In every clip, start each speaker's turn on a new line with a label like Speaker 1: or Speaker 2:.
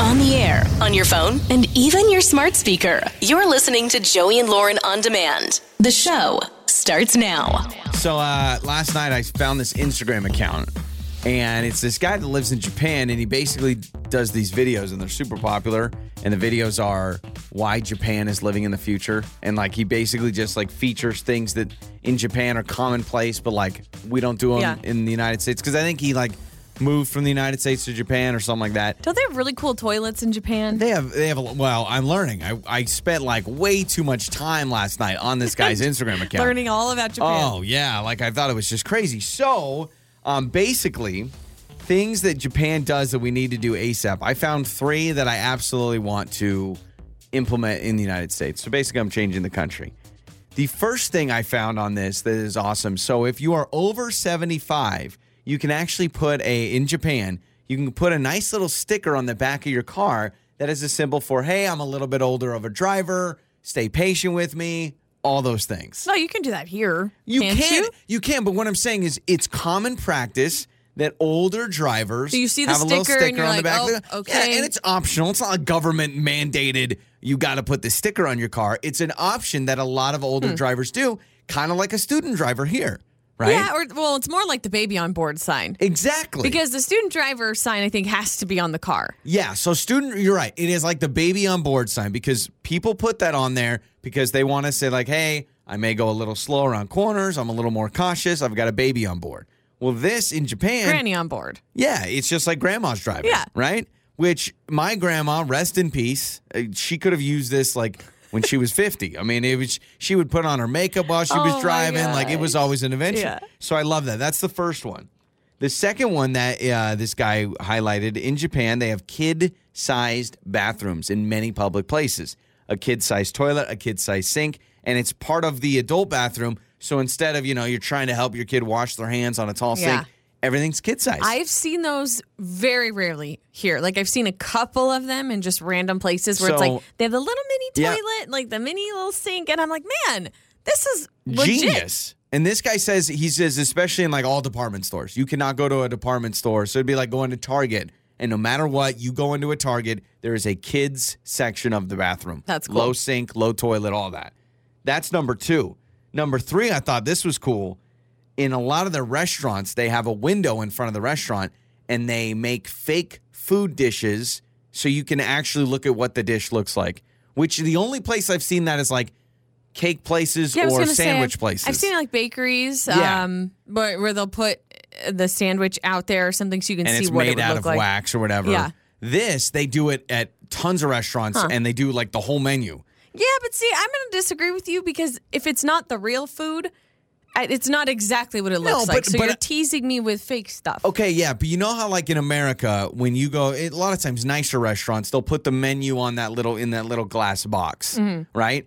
Speaker 1: on the air, on your phone, and even your smart speaker. You're listening to Joey and Lauren on demand. The show starts now.
Speaker 2: So uh, last night I found this Instagram account, and it's this guy that lives in Japan, and he basically does these videos, and they're super popular. And the videos are why Japan is living in the future, and like he basically just like features things that in Japan are commonplace, but like we don't do them
Speaker 3: Yeah.
Speaker 2: in the United States because I think he like moved from the United States to Japan or something like that.
Speaker 3: Don't they have really cool toilets in Japan?
Speaker 2: They have they have a well, I'm learning. I, I spent like way too much time last night on this guy's Instagram account.
Speaker 3: Learning all about Japan.
Speaker 2: Oh yeah, like I thought it was just crazy. So, um, basically, things that Japan does that we need to do ASAP. I found three that I absolutely want to implement in the United States. So basically, I'm changing the country. The first thing I found on this that is awesome. So if you are over 75, you can actually put a in Japan, you can put a nice little sticker on the back of your car that is a symbol for, hey, I'm a little bit older of a driver. Stay patient with me. All those things.
Speaker 3: No, you can do that here.
Speaker 2: You
Speaker 3: can't
Speaker 2: can.
Speaker 3: you?
Speaker 2: You? can. But what I'm saying is, it's common practice that older drivers
Speaker 3: So you see the
Speaker 2: have a little
Speaker 3: sticker
Speaker 2: sticker
Speaker 3: and you're
Speaker 2: on the
Speaker 3: like,
Speaker 2: back. of
Speaker 3: "Oh,
Speaker 2: the-
Speaker 3: okay."
Speaker 2: Yeah, and it's optional. It's not a government mandated. You got to put the sticker on your car. It's an option that a lot of older drivers do, kind of like a student driver here, right?
Speaker 3: Hmm. Yeah, or well, it's more like the baby on board sign.
Speaker 2: exactly.
Speaker 3: Because the student driver sign I think has to be on the car.
Speaker 2: Yeah, so student, you're right. It is like the baby on board sign because people put that on there because they want to say like, "Hey, I may go a little slower on corners. I'm a little more cautious. I've got a baby on board." Well, this in Japan,
Speaker 3: Granny on board.
Speaker 2: yeah, it's just like grandma's driving.
Speaker 3: Yeah.
Speaker 2: Right? Which my grandma, rest in peace, uh, she could have used this like when she was 50. I mean, it was she would put on her makeup while she
Speaker 3: Oh
Speaker 2: was
Speaker 3: my
Speaker 2: driving. Like it was always an invention.
Speaker 3: Yeah.
Speaker 2: So I love that. That's the first one. The second one that uh, this guy highlighted in Japan, they have kid sized bathrooms in many public places a kid sized toilet, a kid sized sink, and it's part of the adult bathroom. So instead of, you know, you're trying to help your kid wash their hands on a tall
Speaker 3: Yeah.
Speaker 2: sink, everything's kid sized.
Speaker 3: I've seen those very rarely here. Like I've seen a couple of them in just random places where it's
Speaker 2: So-
Speaker 3: like they have the little mini
Speaker 2: Yeah.
Speaker 3: toilet, like the mini little sink, and I'm like, man, this is legit.
Speaker 2: genius. And this guy says he says especially in like all department stores, you cannot go to a department store. So it'd be like going to Target, and no matter what, you go into a Target, there is a kids section of the bathroom.
Speaker 3: That's cool.
Speaker 2: Low sink, low toilet, all that. That's number two. Number three, I thought this was cool. In a lot of the restaurants, they have a window in front of the restaurant, and they make fake food dishes so you can actually look at what the dish looks like. Which the only place I've seen that is like cake places
Speaker 3: Yeah, I was
Speaker 2: or
Speaker 3: gonna say,
Speaker 2: sandwich
Speaker 3: I've-
Speaker 2: places.
Speaker 3: I've seen it like bakeries,
Speaker 2: Yeah.
Speaker 3: um, but where they'll put uh, the sandwich out there or something so you can
Speaker 2: and
Speaker 3: see
Speaker 2: it's
Speaker 3: what
Speaker 2: made
Speaker 3: it would
Speaker 2: out
Speaker 3: look
Speaker 2: of
Speaker 3: like.
Speaker 2: wax or whatever.
Speaker 3: Yeah.
Speaker 2: This they do it at tons of restaurants, and they do like the whole menu.
Speaker 3: Yeah, but see, I'm going to disagree with you because if it's not the real food, I- it's not exactly what it
Speaker 2: No,
Speaker 3: looks
Speaker 2: but-
Speaker 3: like. So
Speaker 2: but-
Speaker 3: you're teasing me with fake stuff.
Speaker 2: Okay, yeah, but you know how like in America when you go a lot of times nicer restaurants they'll put the menu on that little in that little glass box,
Speaker 3: Mm-hmm.
Speaker 2: right?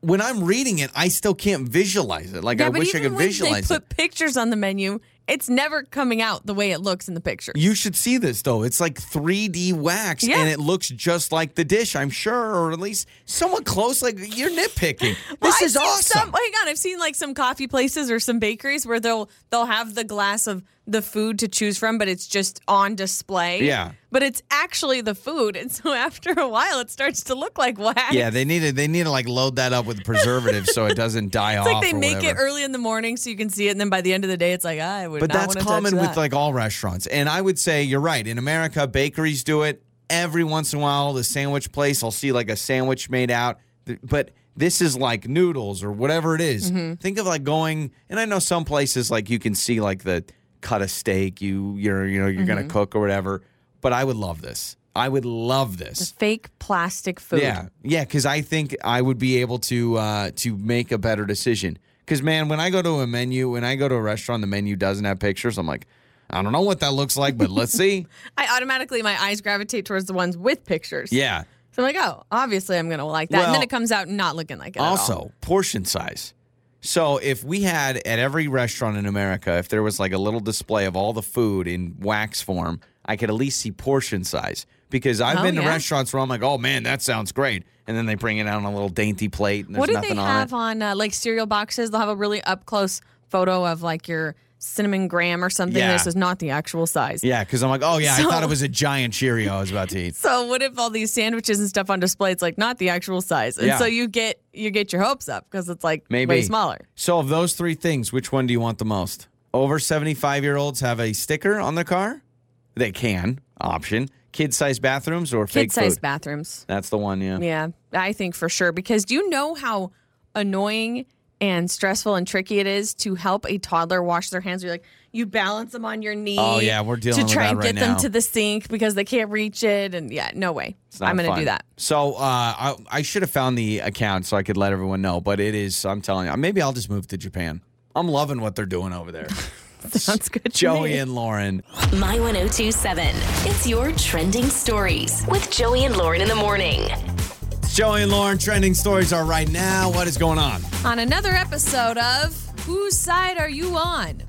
Speaker 2: When I'm reading it, I still can't visualize it. Like
Speaker 3: yeah,
Speaker 2: I
Speaker 3: but
Speaker 2: wish I
Speaker 3: even
Speaker 2: could
Speaker 3: when
Speaker 2: visualize
Speaker 3: they
Speaker 2: it.
Speaker 3: put pictures on the menu, it's never coming out the way it looks in the picture.
Speaker 2: You should see this though. It's like 3D wax,
Speaker 3: Yeah.
Speaker 2: and it looks just like the dish. I'm sure, or at least somewhat close. Like you're nitpicking.
Speaker 3: Well,
Speaker 2: This
Speaker 3: I've
Speaker 2: is
Speaker 3: seen
Speaker 2: awesome.
Speaker 3: Some, hang on, I've seen like some coffee places or some bakeries where they'll they'll have the glass of the food to choose from, but it's just on display.
Speaker 2: Yeah.
Speaker 3: but it's actually the food, and so after a while, it starts to look like wax.
Speaker 2: Yeah, they need to they need to like load that up with preservatives so it doesn't die
Speaker 3: It's
Speaker 2: off.
Speaker 3: like they
Speaker 2: or
Speaker 3: make
Speaker 2: whatever.
Speaker 3: it early in the morning so you can see it, and then by the end of the day, it's like ah, I would.
Speaker 2: But
Speaker 3: not
Speaker 2: that's
Speaker 3: wanna
Speaker 2: common
Speaker 3: touch
Speaker 2: with
Speaker 3: that.
Speaker 2: like all restaurants. And I would say you're right. In America, bakeries do it every once in a while. The sandwich place, I'll see like a sandwich made out. Th- But this is like noodles or whatever it is.
Speaker 3: Mm-hmm.
Speaker 2: Think of like going and I know some places like you can see like the cut a steak you you're you know you're gonna
Speaker 3: Mm-hmm.
Speaker 2: cook or whatever. But I would love this. I would love this.
Speaker 3: fake plastic food.
Speaker 2: Yeah, yeah, because I think I would be able to uh, to make a better decision. Because man, when I go to a menu, when I go to a restaurant, the menu doesn't have pictures. I'm like, I don't know what that looks like, but let's see.
Speaker 3: I automatically my eyes gravitate towards the ones with pictures.
Speaker 2: Yeah.
Speaker 3: so I'm like, oh, obviously I'm gonna like that, and
Speaker 2: Well,
Speaker 3: then it comes out not looking like it. at all.
Speaker 2: Also, portion size. So if we had at every restaurant in America, if there was like a little display of all the food in wax form, I could at least see portion size. Because I've
Speaker 3: Oh,
Speaker 2: been to
Speaker 3: yeah.
Speaker 2: restaurants where I'm like, oh man, that sounds great, and then they bring it out on a little dainty plate. And there's
Speaker 3: what do
Speaker 2: nothing
Speaker 3: they
Speaker 2: on it.
Speaker 3: have on, uh, like cereal boxes? They'll have a really up close photo of like your cinnamon graham or something.
Speaker 2: Yeah.
Speaker 3: This is not the actual size.
Speaker 2: Yeah, because I'm like, oh yeah, I
Speaker 3: So-
Speaker 2: thought it was a giant Cheerio I was about to eat.
Speaker 3: So what if all these sandwiches and stuff on display? It's like not the actual size, and
Speaker 2: Yeah.
Speaker 3: so you get you get your hopes up because it's like
Speaker 2: Maybe
Speaker 3: way smaller.
Speaker 2: So of those three things, which one do you want the most? Over 75 year olds have a sticker on their car. They can option kid sized bathrooms or fake
Speaker 3: Kid sized
Speaker 2: food.
Speaker 3: bathrooms.
Speaker 2: That's the one. Yeah.
Speaker 3: Yeah, I think for sure because do you know how annoying and stressful and tricky it is to help a toddler wash their hands? You're like you balance them on your knee.
Speaker 2: Oh, yeah, we're dealing
Speaker 3: to
Speaker 2: with
Speaker 3: try
Speaker 2: that
Speaker 3: and
Speaker 2: right
Speaker 3: get them
Speaker 2: now.
Speaker 3: to the sink because they can't reach it, and yeah, no way.
Speaker 2: It's not
Speaker 3: I'm gonna
Speaker 2: fun.
Speaker 3: do that.
Speaker 2: So uh, I, I should have found the account so I could let everyone know. But it is. I'm telling you. Maybe I'll just move to Japan. I'm loving what they're doing over there.
Speaker 3: Sounds good. to
Speaker 2: Joey
Speaker 3: me.
Speaker 2: and Lauren.
Speaker 1: My 1027. It's your trending stories with Joey and Lauren in the morning.
Speaker 2: Joey and Lauren trending stories are right now. What is going on?
Speaker 3: on another episode of Whose Side Are You On?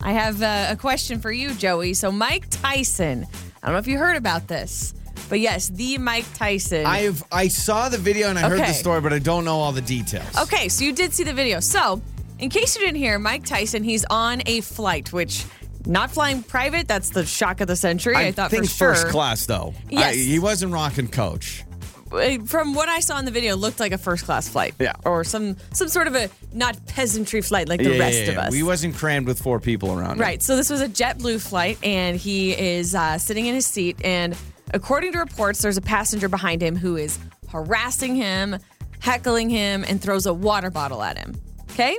Speaker 3: I have uh, a question for you, Joey. So, Mike Tyson, I don't know if you heard about this, but yes, the Mike Tyson.
Speaker 2: I've I saw the video and I heard
Speaker 3: Okay.
Speaker 2: the story, but I don't know all the details.
Speaker 3: Okay, so you did see the video. So, in case you didn't hear, Mike Tyson, he's on a flight, which not flying private, that's the shock of the century. I, thought
Speaker 2: think
Speaker 3: for sure.
Speaker 2: first class though.
Speaker 3: Yes.
Speaker 2: I- he wasn't rocking coach.
Speaker 3: Uh, From what I saw in the video, it looked like a first class flight.
Speaker 2: Yeah.
Speaker 3: Or some some sort of a not peasantry flight like the rest of us.
Speaker 2: He wasn't crammed with four people around. him.
Speaker 3: Right. So this was a JetBlue flight, and he is uh, sitting in his seat. And according to reports, there's a passenger behind him who is harassing him, heckling him, and throws a water bottle at him. Okay,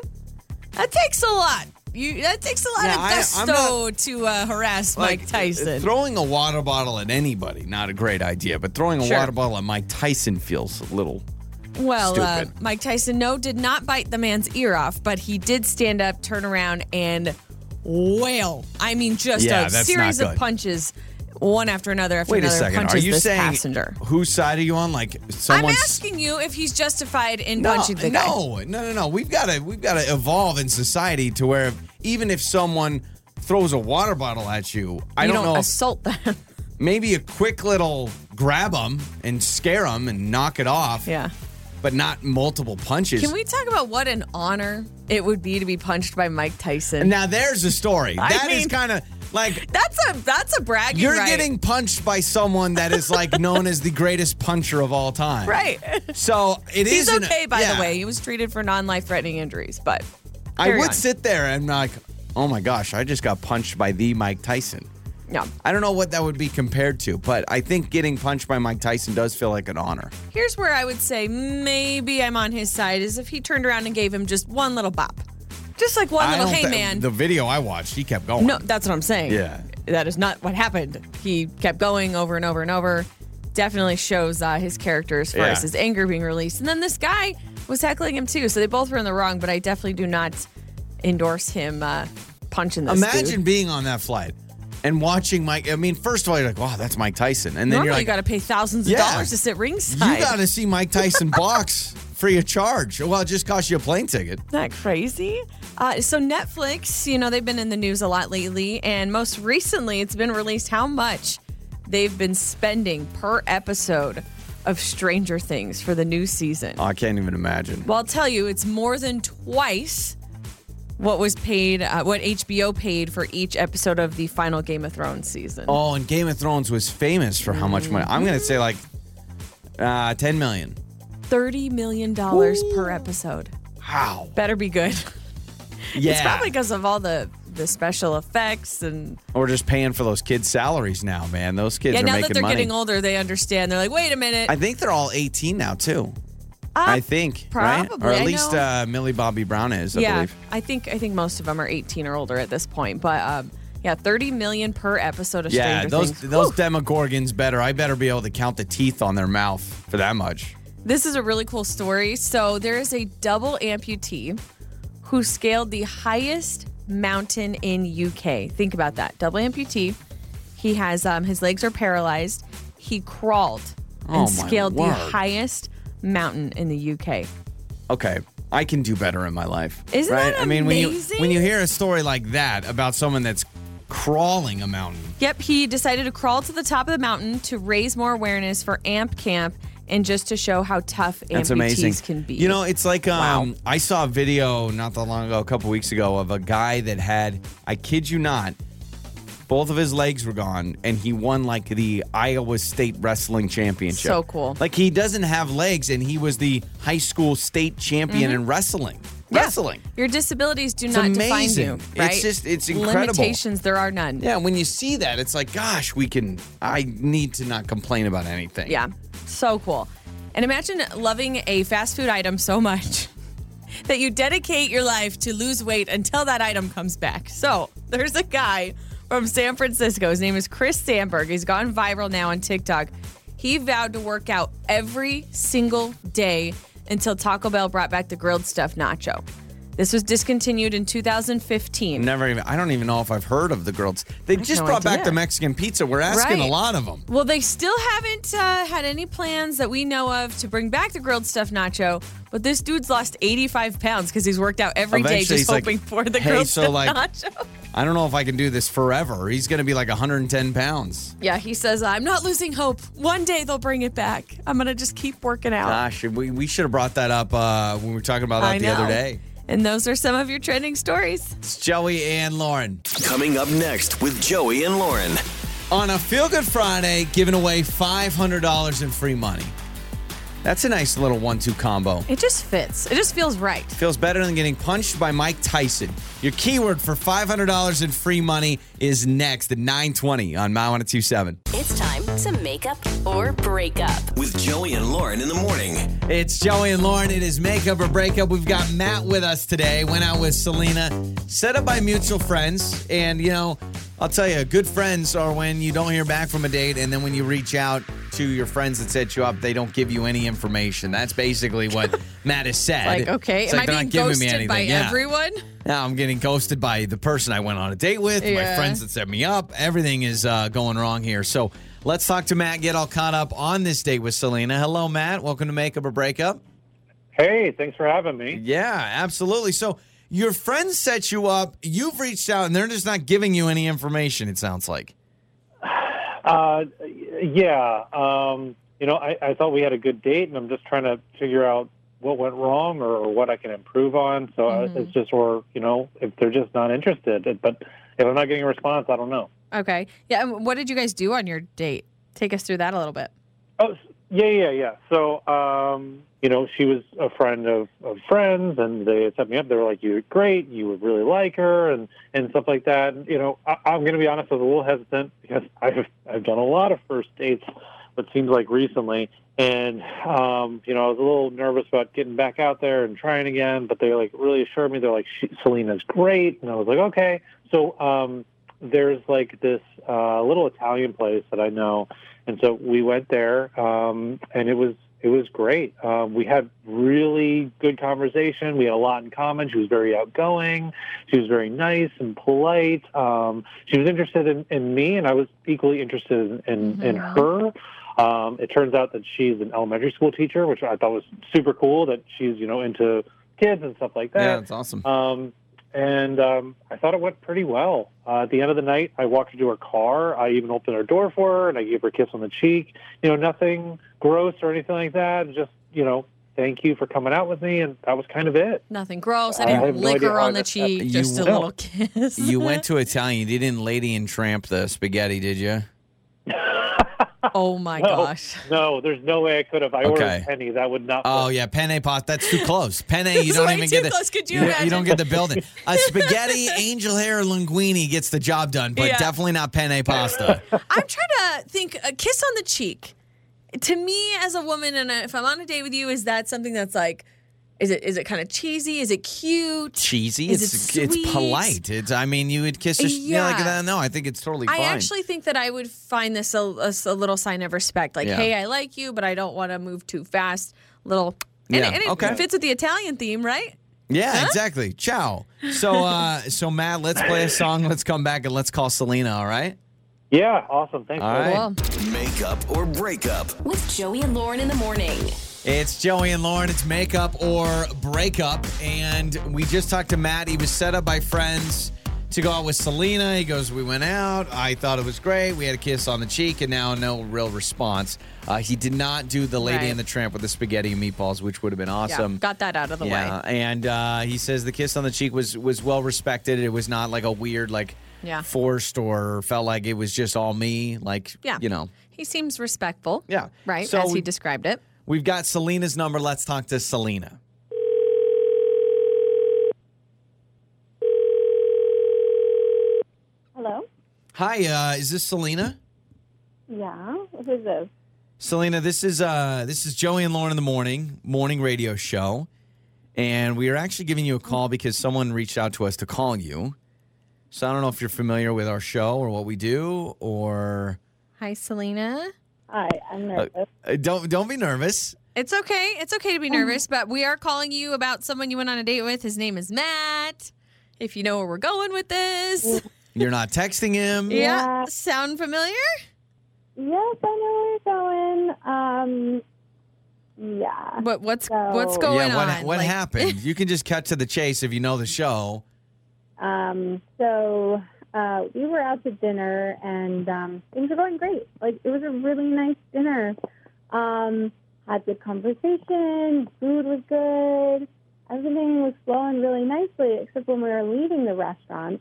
Speaker 3: that takes a lot. You that takes a lot
Speaker 2: Yeah,
Speaker 3: of
Speaker 2: I-
Speaker 3: gusto
Speaker 2: I'm
Speaker 3: to uh, harass Mike Tyson.
Speaker 2: Throwing a water bottle at anybody, not a great idea, but throwing a
Speaker 3: Sure.
Speaker 2: water bottle at Mike Tyson feels a little.
Speaker 3: Well, uh,
Speaker 2: Stupid.
Speaker 3: Mike Tyson, no, did not bite the man's ear off, but he did stand up, turn around, and wail. I mean, just
Speaker 2: Yeah,
Speaker 3: a
Speaker 2: that's not
Speaker 3: series of
Speaker 2: good.
Speaker 3: punches, one after another after
Speaker 2: Wait a
Speaker 3: another.
Speaker 2: second. Are
Speaker 3: punches
Speaker 2: you
Speaker 3: this
Speaker 2: saying
Speaker 3: passenger?
Speaker 2: whose side are you on? Like someone's.
Speaker 3: I'm asking you if he's justified in
Speaker 2: no,
Speaker 3: punching the guy.
Speaker 2: no, no, no, no. We've got to we've got to evolve in society to where even if someone throws a water bottle at you, I
Speaker 3: You
Speaker 2: don't,
Speaker 3: don't,
Speaker 2: know. if-
Speaker 3: assault them.
Speaker 2: maybe a quick little grab them and scare them and knock it off.
Speaker 3: yeah.
Speaker 2: but not multiple punches.
Speaker 3: Can we talk about what an honor it would be to be punched by Mike Tyson?
Speaker 2: Now there's a story.
Speaker 3: I
Speaker 2: That is
Speaker 3: mean-
Speaker 2: kind of like
Speaker 3: That's a that's a bragging.
Speaker 2: you're
Speaker 3: right.
Speaker 2: getting punched by someone that is like known as the greatest puncher of all time.
Speaker 3: right.
Speaker 2: So it
Speaker 3: He's
Speaker 2: is an-
Speaker 3: okay, by
Speaker 2: yeah.
Speaker 3: the way. He was treated for non-life threatening injuries, but
Speaker 2: I
Speaker 3: carry
Speaker 2: would
Speaker 3: on.
Speaker 2: sit there and like, oh my gosh, I just got punched by the Mike Tyson.
Speaker 3: no.
Speaker 2: I don't know what that would be compared to, but I think getting punched by Mike Tyson does feel like an honor.
Speaker 3: Here's where I would say maybe I'm on his side is if he turned around and gave him just one little bop. Just like one
Speaker 2: I
Speaker 3: little
Speaker 2: don't
Speaker 3: hey
Speaker 2: thi-
Speaker 3: man.
Speaker 2: The video I watched, he kept going.
Speaker 3: no, that's what I'm saying.
Speaker 2: Yeah.
Speaker 3: That is not what happened. He kept going over and over and over. Definitely shows uh, his character as far
Speaker 2: Yeah.
Speaker 3: as his anger being released. And then this guy was heckling him too. So they both were in the wrong, but I definitely do not endorse him uh, punching this
Speaker 2: Imagine
Speaker 3: dude.
Speaker 2: being on that flight and watching Mike. I mean, first of all, you're like, wow, that's Mike Tyson. And then
Speaker 3: Normally
Speaker 2: you're like,
Speaker 3: you got to pay thousands of
Speaker 2: Yeah.
Speaker 3: dollars to sit ringside.
Speaker 2: You got to see Mike Tyson box free of charge. Well, it just cost you a plane ticket.
Speaker 3: Isn't that crazy? Uh, so Netflix, you know, they've been in the news a lot lately, and most recently, it's been released how much they've been spending per episode of Stranger Things for the new season.
Speaker 2: Oh, I can't even imagine.
Speaker 3: Well, I'll tell you, it's more than twice what was paid, uh, what HBO paid for each episode of the final Game of Thrones season.
Speaker 2: Oh, and Game of Thrones was famous for how much money. I'm going to say like uh, 10 million.
Speaker 3: Thirty million dollars per episode.
Speaker 2: How?
Speaker 3: Better be good.
Speaker 2: Yeah.
Speaker 3: It's probably because of all the the special effects and
Speaker 2: We're just paying for those kids' salaries now, man. Those kids
Speaker 3: Yeah,
Speaker 2: are
Speaker 3: now
Speaker 2: making
Speaker 3: that they're
Speaker 2: money.
Speaker 3: getting older, they understand. They're like, wait a minute.
Speaker 2: I think they're all 18 now, too. I think, right?
Speaker 3: probably.
Speaker 2: Or
Speaker 3: I
Speaker 2: at least
Speaker 3: know.
Speaker 2: uh, Millie Bobby Brown is, I
Speaker 3: yeah,
Speaker 2: believe.
Speaker 3: I think I think most of them are 18 or older at this point. But um, yeah, 30 million per episode of
Speaker 2: Yeah,
Speaker 3: Stranger
Speaker 2: those
Speaker 3: Things.
Speaker 2: those
Speaker 3: Whew.
Speaker 2: Demogorgons better. I better be able to count the teeth on their mouth for that much.
Speaker 3: This is a really cool story. So there is a double amputee who scaled the highest mountain in UK. Think about that. Double amputee. He has um, his legs are paralyzed. He crawled
Speaker 2: Oh, my
Speaker 3: and scaled the
Speaker 2: word.
Speaker 3: highest mountain in the UK.
Speaker 2: okay, I can do better in my life.
Speaker 3: Isn't
Speaker 2: right?
Speaker 3: that
Speaker 2: I mean, when you
Speaker 3: amazing?
Speaker 2: when you hear a story like that about someone that's crawling a mountain,
Speaker 3: Yep, he decided to crawl to the top of the mountain to raise more awareness for AMP Camp and just to show how tough
Speaker 2: That's
Speaker 3: amputees
Speaker 2: amazing.
Speaker 3: can be.
Speaker 2: You know, it's like um, I saw a video not that long ago, a couple weeks ago, of a guy that had, I kid you not, both of his legs were gone, and he won like the Iowa State Wrestling Championship.
Speaker 3: So cool.
Speaker 2: Like he doesn't have legs, and he was the high school state champion in wrestling.
Speaker 3: Mm-hmm. Yeah.
Speaker 2: Wrestling.
Speaker 3: Your disabilities do
Speaker 2: It's
Speaker 3: not
Speaker 2: amazing.
Speaker 3: define
Speaker 2: It's
Speaker 3: you. Right?
Speaker 2: just- it's incredible.
Speaker 3: Limitations, there are none.
Speaker 2: Yeah, when you see that, it's like, gosh, we can. I need to not complain about anything.
Speaker 3: Yeah. So cool. And imagine loving a fast food item so much that you dedicate your life to lose weight until that item comes back. So there's a guy from San Francisco. His name is Chris Sandberg. He's gone viral now on TikTok. He vowed to work out every single day until Taco Bell brought back the grilled stuffed nacho. This was discontinued in 2015.
Speaker 2: Never even. I don't even know if I've heard of the girls. They
Speaker 3: have
Speaker 2: just
Speaker 3: no
Speaker 2: brought back
Speaker 3: idea.
Speaker 2: the Mexican pizza. We're asking a
Speaker 3: Right.
Speaker 2: lot of them.
Speaker 3: Well, they still haven't uh, had any plans that we know of to bring back the grilled stuffed nacho. But this dude's lost 85 pounds because he's worked out every day
Speaker 2: Eventually,
Speaker 3: just
Speaker 2: he's like,
Speaker 3: hoping for the
Speaker 2: "Hey,
Speaker 3: grilled
Speaker 2: so,
Speaker 3: stuffed
Speaker 2: like-
Speaker 3: nacho.
Speaker 2: I don't know if I can do this forever. He's going to be like 110 pounds.
Speaker 3: Yeah, he says, I'm not losing hope. One day they'll bring it back. I'm going to just keep working out.
Speaker 2: Gosh, we, we should have brought that up uh, when we were talking about that
Speaker 3: I
Speaker 2: the
Speaker 3: know.
Speaker 2: other day.
Speaker 3: And those are some of your trending stories.
Speaker 2: It's Joey and Lauren
Speaker 4: Coming up next with Joey and Lauren.
Speaker 2: on a Feel Good Friday, giving away $500 in free money. That's a nice little one-two combo.
Speaker 3: It just fits, it just feels right.
Speaker 2: Feels better than getting punched by Mike Tyson. Your keyword for $500 in free money is next at 920 on oh My 1027.
Speaker 1: It's time to make up or break up.
Speaker 4: With Joey and Lauren in the morning.
Speaker 2: It's Joey and Lauren. It is makeup or breakup. We've got Matt with us today. Went out with Selena, set up by mutual friends. And, you know, I'll tell you, good friends are when you don't hear back from a date. And then when you reach out to your friends that set you up, they don't give you any information. That's basically what Matt has said.
Speaker 3: Like, okay,
Speaker 2: It's
Speaker 3: am
Speaker 2: like they're
Speaker 3: I being
Speaker 2: not giving me
Speaker 3: ghosted
Speaker 2: anything.
Speaker 3: by
Speaker 2: yeah.
Speaker 3: everyone?
Speaker 2: Now I'm getting ghosted by the person I went on a date with, my
Speaker 3: Yeah.
Speaker 2: friends that set me up. Everything is uh, going wrong here. So let's talk to Matt, get all caught up on this date with Selena. Hello, Matt. Welcome to Makeup or Breakup.
Speaker 5: Hey, thanks for having me.
Speaker 2: Yeah, absolutely. So your friends set you up, you've reached out, and they're just not giving you any information, it sounds like.
Speaker 5: Uh, y- yeah, um, you know, I, I thought we had a good date, and I'm just trying to figure out what went wrong or, or what I can improve on. So I- it's just, or you know, if they're just not interested. It- But if I'm not getting a response, I don't know.
Speaker 3: Okay. Yeah. And what did you guys do on your date? Take us through that a little bit.
Speaker 5: Oh, s- yeah, yeah, yeah. So, um, you know, she was a friend of, of friends, and they set me up. They were like, "You're great. You would really like her," and and stuff like that. And, you know, I, I'm going to be honest. I was a little hesitant because I've I've done a lot of first dates, but seems like recently, and um, you know, I was a little nervous about getting back out there and trying again. But they like really assured me. They're like, she, "Selena's great," and I was like, "Okay." So, um, there's like this uh, little Italian place that I know and so we went there um, and it was it was great um, we had really good conversation we had a lot in common she was very outgoing she was very nice and polite um, she was interested in, in me and i was equally interested in, in, in her um, it turns out that she's an elementary school teacher which i thought was super cool that she's you know into kids and stuff like that
Speaker 2: that's awesome.
Speaker 5: um, and um, I thought it went pretty well. Uh, at the end of the night, I walked into her car. I even opened her door for her, and I gave her a kiss on the cheek. You know, nothing gross or anything like that. Just you know, thank you for coming out with me, and that was kind of it.
Speaker 3: Nothing gross. I
Speaker 5: I
Speaker 3: didn't
Speaker 5: have no
Speaker 3: lick
Speaker 5: idea
Speaker 3: her
Speaker 5: how
Speaker 3: on the
Speaker 5: that
Speaker 3: cheek,
Speaker 2: happened.
Speaker 3: just
Speaker 2: You-
Speaker 3: a
Speaker 5: No.
Speaker 3: little kiss.
Speaker 2: you went to Italian, you didn't Lady and Tramp the spaghetti, did you?
Speaker 3: oh my
Speaker 5: No.
Speaker 3: gosh.
Speaker 5: No, there's no way I could have. I
Speaker 2: Okay.
Speaker 5: ordered penny. That would not.
Speaker 2: Oh
Speaker 5: work.
Speaker 2: yeah, penne pot. That's too close. Penne, you
Speaker 3: It's
Speaker 2: don't
Speaker 3: way
Speaker 2: even
Speaker 3: too
Speaker 2: get the,
Speaker 3: close. Could you
Speaker 2: you don't
Speaker 3: imagine?
Speaker 2: get the building. A spaghetti angel hair linguine gets the job done, but
Speaker 3: Yeah.
Speaker 2: definitely not penne pasta.
Speaker 3: I'm trying to think a kiss on the cheek. To me, as a woman, and if I'm on a date with you, is that something that's like, is it is it kind of cheesy? Is it cute?
Speaker 2: Cheesy.
Speaker 3: Is
Speaker 2: it's
Speaker 3: it
Speaker 2: it's
Speaker 3: sweet?
Speaker 2: polite. It's I mean you would kiss a sh- yeah. like
Speaker 3: Yeah.
Speaker 2: that. No, I think it's totally
Speaker 3: I
Speaker 2: fine.
Speaker 3: actually think that I would find this a, a, a little sign of respect. Like,
Speaker 2: Yeah.
Speaker 3: hey, I like you, but I don't want to move too fast. Little. And,
Speaker 2: Yeah,
Speaker 3: it- and it
Speaker 2: okay.
Speaker 3: fits with the Italian theme, right?
Speaker 2: Yeah, exactly. Ciao. So uh so Matt, let's play a song, let's come back and let's call Selena, all right?
Speaker 5: Yeah. Awesome. Thanks.
Speaker 2: All right.
Speaker 3: Well,
Speaker 4: Make up or break up
Speaker 1: With Joey and Lauren in the morning.
Speaker 2: It's Joey and Lauren. It's makeup or breakup. And we just talked to Matt. He was set up by friends to go out with Selena. He goes, We went out. I thought it was great. We had a kiss on the cheek, and now no real response. Uh, he did not do the Lady
Speaker 3: Right.
Speaker 2: and the Tramp with the spaghetti and meatballs, which would have been
Speaker 3: Yeah,
Speaker 2: awesome.
Speaker 3: got that out of the
Speaker 2: Yeah,
Speaker 3: way.
Speaker 2: and uh, he says the kiss on the cheek was was well respected. It was not like a weird like
Speaker 3: Yeah.
Speaker 2: forced or felt like it was just all me. Like
Speaker 3: Yeah.
Speaker 2: you know,
Speaker 3: He seems respectful.
Speaker 2: Yeah.
Speaker 3: Right,
Speaker 2: So-
Speaker 3: as he described it.
Speaker 2: we've got Selena's number. Let's talk to Selena.
Speaker 6: Hello?
Speaker 2: Hi, uh, is this Selena?
Speaker 6: Yeah, what is this?
Speaker 2: Selena, this is uh, this is Joey and Lauren in the morning morning radio show, and we are actually giving you a call because someone reached out to us to call you. So I don't know if you're familiar with our show or what we do, or
Speaker 3: Hi, Selena.
Speaker 6: Hi, I'm nervous.
Speaker 2: Uh, don't don't be nervous.
Speaker 3: It's okay. It's okay to be nervous, but we are calling you about someone you went on a date with. His name is Matt. If you know where we're going with this.
Speaker 2: You're not texting him.
Speaker 3: Yeah. Sound familiar?
Speaker 6: yes, I know where you're going. Um, yeah.
Speaker 3: What what's
Speaker 6: So-
Speaker 3: what's going
Speaker 2: yeah, what,
Speaker 3: on?
Speaker 2: what
Speaker 3: Like,
Speaker 2: happened? You can just cut to the chase if you know the show.
Speaker 6: Um, so uh, we were out to dinner, and um, things were going great. Like it was a really nice dinner. Um, had good conversation. Food was good. Everything was flowing really nicely, except when we were leaving the restaurant.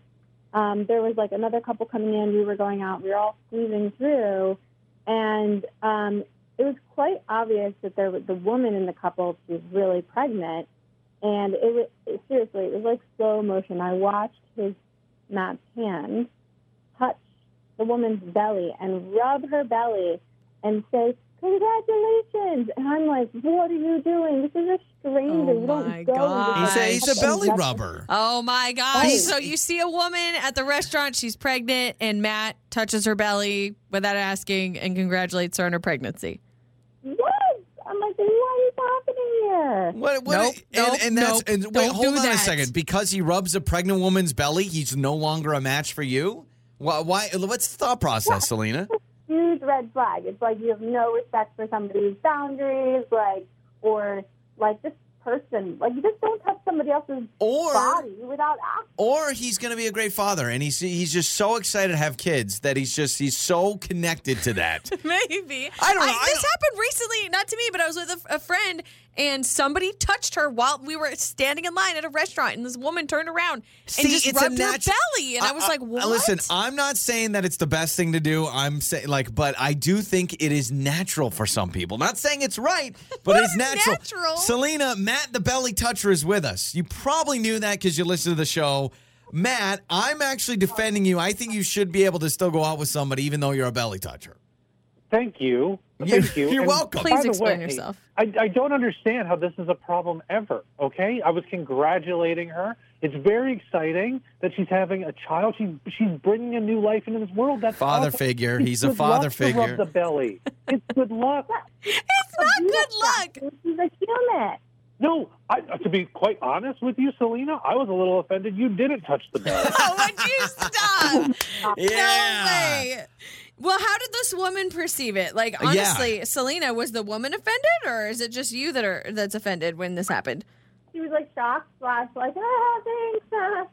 Speaker 6: Um, there was like another couple coming in. We were going out. We were all squeezing through, and um, it was quite obvious that there was the woman in the couple was really pregnant and it was it- seriously it was like slow motion. I watched his Matt's hand touch the woman's belly and rub her belly and say congratulations, and I'm like, what are you doing? This is a
Speaker 3: Oh
Speaker 6: stranger. you
Speaker 3: my
Speaker 6: don't go.
Speaker 3: God.
Speaker 2: He's a, he's a
Speaker 6: That's-
Speaker 2: belly
Speaker 6: that's-
Speaker 2: rubber.
Speaker 3: Oh my gosh.
Speaker 6: Hey.
Speaker 3: So you see a woman at the restaurant, she's pregnant, and Matt touches her belly without asking and congratulates her on her pregnancy.
Speaker 6: Yes, I'm like, what are you happening here?
Speaker 2: What? what
Speaker 3: Nope,
Speaker 2: and,
Speaker 3: nope,
Speaker 2: and that's
Speaker 3: nope.
Speaker 2: and wait,
Speaker 3: Don't
Speaker 2: hold
Speaker 3: do
Speaker 2: on a
Speaker 3: that.
Speaker 2: second. Because he rubs a pregnant woman's belly, he's no longer a match for you. Why? why what's the thought process, Selena?
Speaker 6: huge red flag. It's like you have no respect for somebody's boundaries, like or like this person. Like you just don't touch somebody else's
Speaker 2: Or-
Speaker 6: body without asking.
Speaker 2: Or he's going to be a great father, and he's he's just so excited to have kids that he's just he's so connected to that.
Speaker 3: Maybe.
Speaker 2: I don't know. I
Speaker 3: this
Speaker 2: don't-
Speaker 3: happened recently, not to me, but I was with a, a friend and somebody touched her while we were standing in line at a restaurant and this woman turned around and just rubbed her
Speaker 2: natu- Uh,
Speaker 3: belly. And I, was like, what?
Speaker 2: Listen, I'm not saying that it's the best thing to do. I'm saying, like, but I do think it is natural for some people. Not saying it's right, but it's natural.
Speaker 3: natural?
Speaker 2: Selena, Matt the Belly Toucher is with us. You probably knew that because you listened to the show. Matt, I'm actually defending you. I think you should be able to still go out with somebody, even though you're a belly toucher.
Speaker 5: Thank
Speaker 2: You-
Speaker 5: you. Thank you.
Speaker 2: you're
Speaker 5: And
Speaker 2: welcome.
Speaker 5: by
Speaker 3: Please
Speaker 5: the
Speaker 3: explain
Speaker 5: way,
Speaker 3: yourself.
Speaker 5: I, I don't understand how this is a problem ever, okay? I was congratulating her. It's very exciting that she's having a child. She's, she's bringing a new life into this world. That's
Speaker 2: Father
Speaker 5: awesome.
Speaker 2: figure.
Speaker 5: It's
Speaker 2: He's a
Speaker 5: good
Speaker 2: father
Speaker 5: luck to rub
Speaker 2: figure.
Speaker 5: the belly. It's good luck.
Speaker 3: it's not good luck.
Speaker 6: She's a human.
Speaker 5: No, I, to be quite honest with you, Selena, I was a little offended you didn't touch the belly.
Speaker 3: Oh, would you stop?
Speaker 2: Yeah.
Speaker 3: No way. Well, how did this woman perceive it? Like,
Speaker 2: Yeah.
Speaker 3: honestly, Selena, was the woman offended, or is it just you that are that's offended when this happened?
Speaker 6: She was like shocked slash like ah thanks.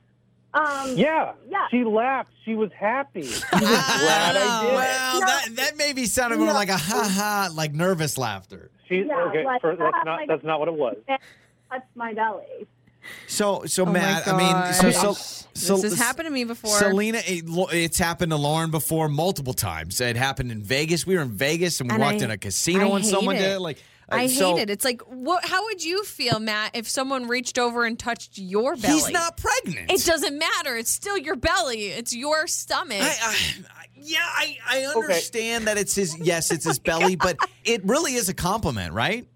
Speaker 6: ah." Um,
Speaker 5: yeah,
Speaker 6: Yeah.
Speaker 5: she laughed. She was happy. She was glad I did. it.
Speaker 2: Well, that, that maybe sounded more like a ha ha, like nervous laughter.
Speaker 5: She,
Speaker 6: Yeah,
Speaker 5: okay,
Speaker 6: like,
Speaker 5: for, that's
Speaker 6: ah,
Speaker 5: not
Speaker 6: like-
Speaker 5: that's not what it was.
Speaker 6: touch my belly.
Speaker 2: So, so
Speaker 3: Oh my
Speaker 2: Matt, I mean,
Speaker 3: gosh.
Speaker 2: so, so, so-
Speaker 3: this has happened to me before.
Speaker 2: Selena, it- Lo- it's happened to Lauren before multiple times. It happened in Vegas. We were in Vegas and we
Speaker 3: And
Speaker 2: walked
Speaker 3: I-
Speaker 2: in a casino
Speaker 3: I
Speaker 2: and someone
Speaker 3: hate
Speaker 2: did
Speaker 3: it.
Speaker 2: it. Like
Speaker 3: I
Speaker 2: uh,
Speaker 3: hate
Speaker 2: so-
Speaker 3: it. It's like, what? How would you feel, Matt, if someone reached over and touched your belly?
Speaker 2: He's not pregnant.
Speaker 3: It doesn't matter. It's still your belly. It's your stomach.
Speaker 2: I, I, I- yeah, I, I understand that it's his. Yes, it's
Speaker 3: Oh
Speaker 2: his belly, but it really is a compliment, right?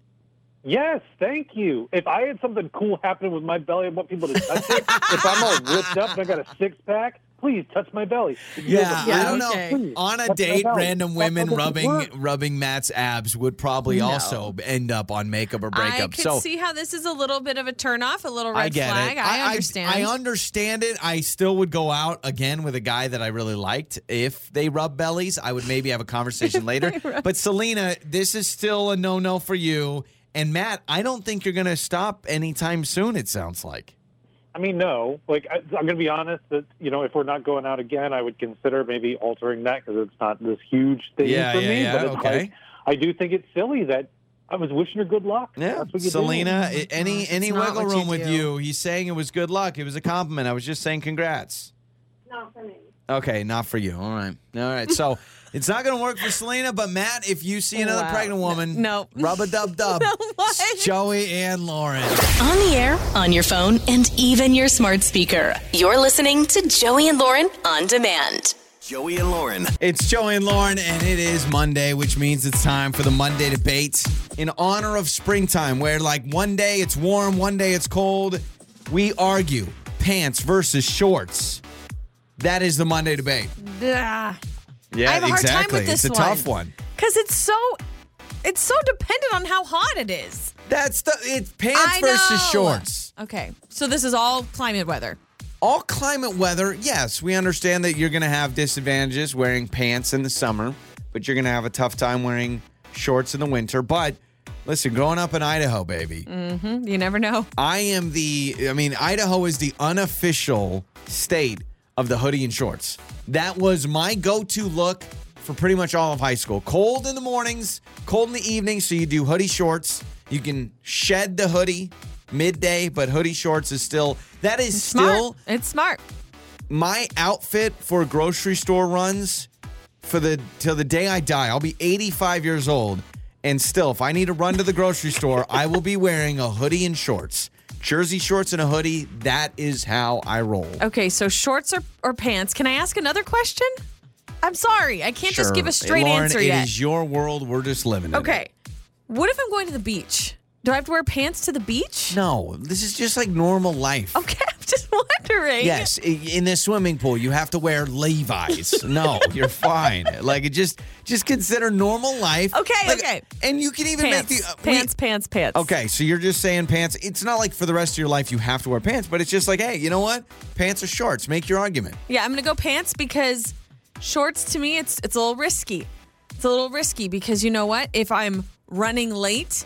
Speaker 5: Yes, thank you. If I had something cool happening with my belly, I want people to touch it. if I'm all ripped up and I got a six pack, please touch my belly. If you have a
Speaker 3: Yeah,
Speaker 2: I don't
Speaker 3: okay.
Speaker 2: know. On a
Speaker 5: That's
Speaker 2: date,
Speaker 5: my belly.
Speaker 2: random
Speaker 5: That's
Speaker 2: women
Speaker 5: how this
Speaker 2: rubbing
Speaker 5: works.
Speaker 2: rubbing Matt's abs would probably
Speaker 3: No.
Speaker 2: also end up on makeup or
Speaker 3: I
Speaker 2: breakup.
Speaker 3: could
Speaker 2: so
Speaker 3: see how this is a little bit of a turnoff, a little red
Speaker 2: I get
Speaker 3: flag.
Speaker 2: it.
Speaker 3: I, understand.
Speaker 2: I, understand it. I still would go out again with a guy that I really liked. If they rub bellies, I would maybe have a conversation later. But Selena, this is still a no no for you. And Matt, I don't think you're going to stop anytime soon, it sounds like.
Speaker 5: I mean, no. Like, I, I'm going to be honest that, you know, if we're not going out again, I would consider maybe altering that because it's not this huge thing
Speaker 2: Yeah,
Speaker 5: for
Speaker 2: yeah,
Speaker 5: me.
Speaker 2: yeah,
Speaker 5: but it's
Speaker 2: okay.
Speaker 5: like, I do think it's silly that I was wishing her good luck.
Speaker 2: Yeah,
Speaker 5: That's what you do.
Speaker 2: Selena. i- Any
Speaker 3: It's
Speaker 2: any
Speaker 3: not
Speaker 2: wiggle
Speaker 3: what you
Speaker 2: room with
Speaker 3: do.
Speaker 2: you? He's saying it was good luck. It was a compliment. I was just saying congrats.
Speaker 6: Not for me.
Speaker 2: Okay, not for you. All right, all right. So it's not going to work for Selena, but Matt, if you see another
Speaker 3: Wow.
Speaker 2: pregnant woman,
Speaker 3: No.
Speaker 2: rub a dub dub.
Speaker 3: What?
Speaker 2: Joey and Lauren.
Speaker 1: On the air, on your phone, and even your smart speaker. You're listening to Joey and Lauren on demand.
Speaker 4: Joey and Lauren.
Speaker 2: It's Joey and Lauren, and it is Monday, which means it's time for the Monday debate in honor of springtime, where like one day it's warm, one day it's cold. We argue pants versus shorts. That is the Monday debate. Yeah,
Speaker 3: I have a hard time
Speaker 2: exactly.
Speaker 3: with this
Speaker 2: it's a tough one.
Speaker 3: Because it's so, it's so dependent on how hot it is.
Speaker 2: That's the it's pants
Speaker 3: I
Speaker 2: versus
Speaker 3: know.
Speaker 2: shorts.
Speaker 3: Okay, so this is all climate weather.
Speaker 2: All climate weather, yes, we understand that you're gonna have disadvantages wearing pants in the summer, but you're gonna have a tough time wearing shorts in the winter. But listen, growing up in Idaho, baby,
Speaker 3: You never know.
Speaker 2: I am the I mean, Idaho is the unofficial state of the hoodie and shorts. That was my go-to look for pretty much all of high school. Cold in the mornings, cold in the evenings, so you do hoodie shorts. You can shed the hoodie midday, but hoodie shorts is still that is
Speaker 3: Smart.
Speaker 2: still
Speaker 3: it's smart.
Speaker 2: my outfit for grocery store runs for the till the day I die. I'll be 85 years old and still if I need to run to the grocery store, I will be wearing a hoodie and shorts. Jersey shorts and a hoodie, that is how I roll.
Speaker 3: Okay, so shorts or, or pants. Can I ask another question? I'm sorry, I can't just give a straight
Speaker 2: Lauren,
Speaker 3: answer
Speaker 2: It
Speaker 3: yet.
Speaker 2: is your world. We're just living in it.
Speaker 3: okay, what if I'm going to the beach? Do I have to wear pants to the beach?
Speaker 2: No, this is just like normal life.
Speaker 3: Okay, I'm just wondering.
Speaker 2: Yes, i- in the swimming pool, you have to wear Levi's. no, you're fine. Like it just just consider normal life.
Speaker 3: Okay,
Speaker 2: Like,
Speaker 3: okay.
Speaker 2: And you can even
Speaker 3: Pants,
Speaker 2: make the uh, we-
Speaker 3: pants, pants, pants.
Speaker 2: Okay, so you're just saying pants. It's not like for the rest of your life you have to wear pants, but it's just like, hey, you know what? Pants or shorts. Make your argument.
Speaker 3: Yeah, I'm gonna go pants because shorts to me it's it's a little risky. It's a little risky because you know what? If I'm running late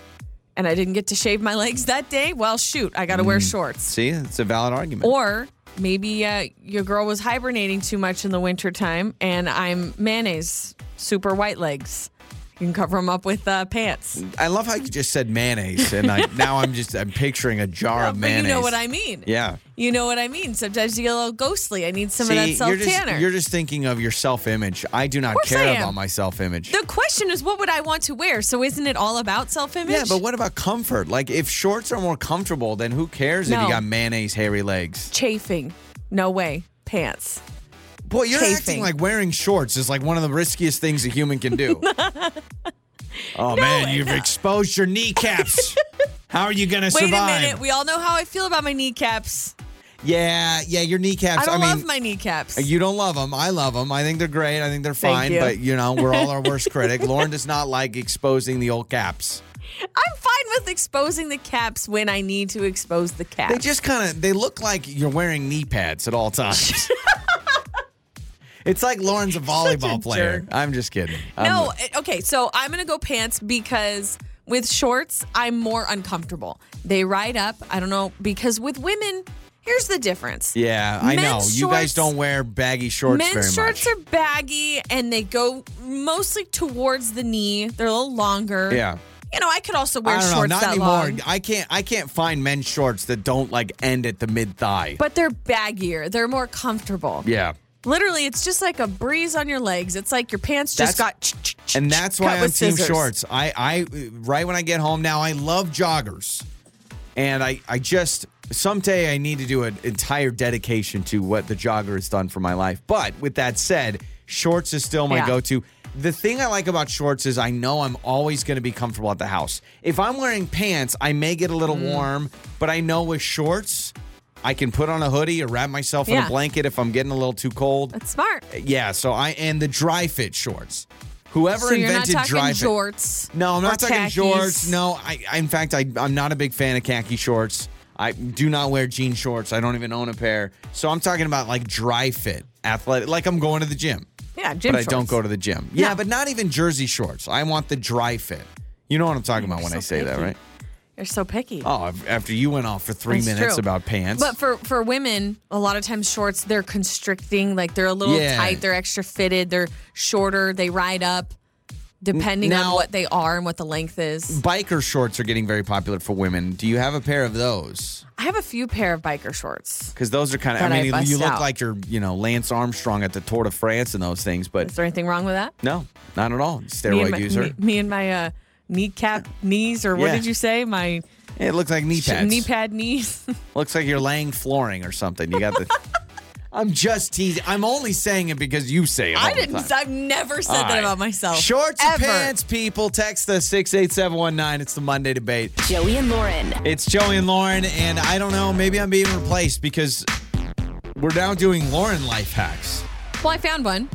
Speaker 3: and I didn't get to shave my legs that day, well, shoot, I gotta wear shorts.
Speaker 2: See, it's a valid argument.
Speaker 3: Or maybe uh, your girl was hibernating too much in the wintertime and I'm mayonnaise, super white legs. You can cover them up with uh, pants.
Speaker 2: I love how you just said mayonnaise, and I, now I'm just I'm picturing a jar of
Speaker 3: But
Speaker 2: mayonnaise.
Speaker 3: you know what I mean.
Speaker 2: Yeah.
Speaker 3: You know what I mean. Sometimes you get a little ghostly. I need some of
Speaker 2: See,
Speaker 3: that
Speaker 2: you're
Speaker 3: self
Speaker 2: just
Speaker 3: tanner.
Speaker 2: you're just thinking of your self image. I do not
Speaker 3: course I
Speaker 2: care
Speaker 3: am.
Speaker 2: about my self image.
Speaker 3: The question is, what would I want to wear? So isn't it all about self-image?
Speaker 2: Yeah, but what about comfort? Like, if shorts are more comfortable, then who cares if
Speaker 3: No.
Speaker 2: you got mayonnaise hairy legs?
Speaker 3: chafing. No way. Pants.
Speaker 2: Boy, you're acting
Speaker 3: Chafing.
Speaker 2: like wearing shorts is like one of the riskiest things a human can do. oh man, you've exposed your kneecaps. How are you gonna
Speaker 3: Wait
Speaker 2: survive?
Speaker 3: a minute. We all know how I feel about my kneecaps.
Speaker 2: yeah, yeah, your kneecaps.
Speaker 3: I don't
Speaker 2: mean,
Speaker 3: love my kneecaps.
Speaker 2: You don't love them. I love them. I think they're great. I think they're fine.
Speaker 3: you.
Speaker 2: But you know, we're all our worst critic. Lauren does not like exposing the old caps.
Speaker 3: I'm fine with exposing the caps when I need to expose the caps.
Speaker 2: They just kind of they look like you're wearing knee pads at all times. it's like Lauren's a volleyball player.
Speaker 3: jerk.
Speaker 2: I'm just kidding. I'm-
Speaker 3: no, it- okay, so I'm gonna go pants because with shorts, I'm more uncomfortable. They ride up. I don't know, because with women, here's the difference.
Speaker 2: Yeah, I know.
Speaker 3: Men's
Speaker 2: you guys
Speaker 3: shorts-
Speaker 2: don't wear baggy shorts very
Speaker 3: Men's shorts
Speaker 2: much.
Speaker 3: are baggy and they go mostly towards the knee. They're a little longer.
Speaker 2: yeah.
Speaker 3: You know, I could also wear
Speaker 2: I don't know,
Speaker 3: shorts
Speaker 2: not
Speaker 3: that
Speaker 2: anymore.
Speaker 3: long.
Speaker 2: I can't I can't find men's shorts that don't like end at the mid thigh.
Speaker 3: but they're baggier. They're more comfortable.
Speaker 2: Yeah.
Speaker 3: Literally, it's just like a breeze on your legs. It's like your pants just
Speaker 2: That's-
Speaker 3: got ch- ch- ch-
Speaker 2: And that's
Speaker 3: cut
Speaker 2: why I'm
Speaker 3: with
Speaker 2: team
Speaker 3: scissors.
Speaker 2: shorts. I, I right when I get home now, I love joggers. And I, I just someday I need to do an entire dedication to what the jogger has done for my life. But with that said, shorts is still my
Speaker 3: Yeah.
Speaker 2: go-to. The thing I like about shorts is I know I'm always going to be comfortable at the house. If I'm wearing pants, I may get a little
Speaker 3: Mm.
Speaker 2: warm, but I know with shorts, I can put on a hoodie or wrap myself in
Speaker 3: Yeah.
Speaker 2: a blanket if I'm getting a little too cold.
Speaker 3: That's smart.
Speaker 2: Yeah, so I and the dry fit shorts. Whoever
Speaker 3: so you're not
Speaker 2: invented
Speaker 3: talking
Speaker 2: dry fit.
Speaker 3: shorts.
Speaker 2: No, I'm
Speaker 3: or
Speaker 2: not talking
Speaker 3: khakis.
Speaker 2: shorts. No, I, I in fact I I'm not a big fan of khaki shorts. I do not wear jean shorts. I don't even own a pair. So I'm talking about like dry fit athletic like I'm going to the gym.
Speaker 3: Yeah,
Speaker 2: But
Speaker 3: gym
Speaker 2: I don't
Speaker 3: shorts.
Speaker 2: go to the gym. Yeah,
Speaker 3: No.
Speaker 2: but not even jersey shorts. I want the dry fit. You know what I'm talking about when
Speaker 3: so
Speaker 2: I say that,
Speaker 3: picky.
Speaker 2: right?
Speaker 3: You're so picky.
Speaker 2: Oh, af- after you went off for three
Speaker 3: That's
Speaker 2: minutes
Speaker 3: true.
Speaker 2: about pants.
Speaker 3: But for for women, a lot of times shorts they're constricting, like they're a little
Speaker 2: Yeah.
Speaker 3: tight, they're extra fitted, they're shorter, they ride up, depending
Speaker 2: now-
Speaker 3: on what they are and what the length is.
Speaker 2: biker shorts are getting very popular for women. Do you have a pair of those?
Speaker 3: I have a few pair of biker shorts.
Speaker 2: Because those are kind of.
Speaker 3: That I
Speaker 2: I mean,
Speaker 3: bust
Speaker 2: you look
Speaker 3: out.
Speaker 2: like you're, you know, Lance Armstrong at the Tour de France and those things, but
Speaker 3: Is there anything wrong with that?
Speaker 2: no, not at all.
Speaker 3: Me and
Speaker 2: Steroid
Speaker 3: my,
Speaker 2: user.
Speaker 3: me- me and my uh, kneecap knees, or what
Speaker 2: Yeah.
Speaker 3: did you say? My
Speaker 2: it looks like knee
Speaker 3: sh-
Speaker 2: pads.
Speaker 3: knee pad knees.
Speaker 2: Looks like you're laying flooring or something. You got the. I'm just teasing. I'm only saying it because you say it. all
Speaker 3: I
Speaker 2: the
Speaker 3: didn't.
Speaker 2: time.
Speaker 3: I've never said
Speaker 2: All
Speaker 3: that
Speaker 2: right.
Speaker 3: about myself.
Speaker 2: Shorts
Speaker 3: ever.
Speaker 2: and pants, people. Text us 68719. It's the Monday debate.
Speaker 1: Joey and Lauren.
Speaker 2: It's Joey and Lauren, and I don't know, maybe I'm being replaced because we're now doing Lauren life hacks.
Speaker 3: Well, I found one,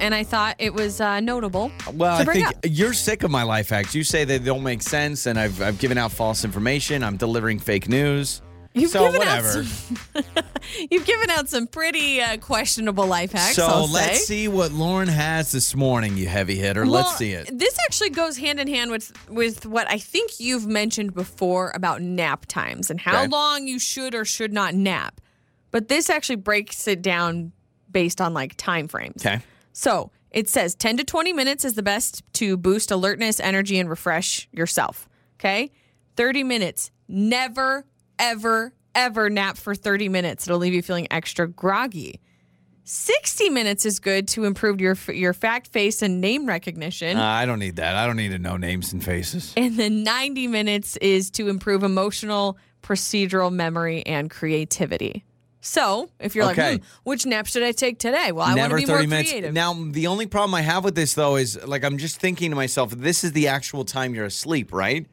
Speaker 3: and I thought it was uh, notable.
Speaker 2: Well,
Speaker 3: to
Speaker 2: I
Speaker 3: bring
Speaker 2: think
Speaker 3: up.
Speaker 2: you're sick of my life hacks. You say they don't make sense, and I've, I've given out false information. I'm delivering fake news.
Speaker 3: You've
Speaker 2: so
Speaker 3: given out
Speaker 2: whatever.
Speaker 3: some You've given out some pretty uh, questionable life hacks.
Speaker 2: so
Speaker 3: I'll
Speaker 2: let's
Speaker 3: say.
Speaker 2: see what Lauren has this morning, you heavy hitter.
Speaker 3: Well,
Speaker 2: let's see it.
Speaker 3: This actually goes hand in hand with with what I think you've mentioned before about nap times and how
Speaker 2: Okay.
Speaker 3: long you should or should not nap. But this actually breaks it down based on like time frames.
Speaker 2: Okay.
Speaker 3: So it says 10 to 20 minutes is the best to boost alertness, energy, and refresh yourself. Okay. 30 minutes. Never, ever, ever nap for 30 minutes. It'll leave you feeling extra groggy. 60 minutes is good to improve your your fact face and name recognition.
Speaker 2: Uh, I don't need that. I don't need to know names and faces.
Speaker 3: and then 90 minutes is to improve emotional, procedural memory, and creativity. So if you're
Speaker 2: Okay.
Speaker 3: like, hmm, which nap should I take today? Well, I want to
Speaker 2: Never
Speaker 3: be
Speaker 2: 30
Speaker 3: more
Speaker 2: minutes.
Speaker 3: creative.
Speaker 2: Now, the only problem I have with this, though, is like I'm just thinking to myself, this is the actual time you're asleep, right?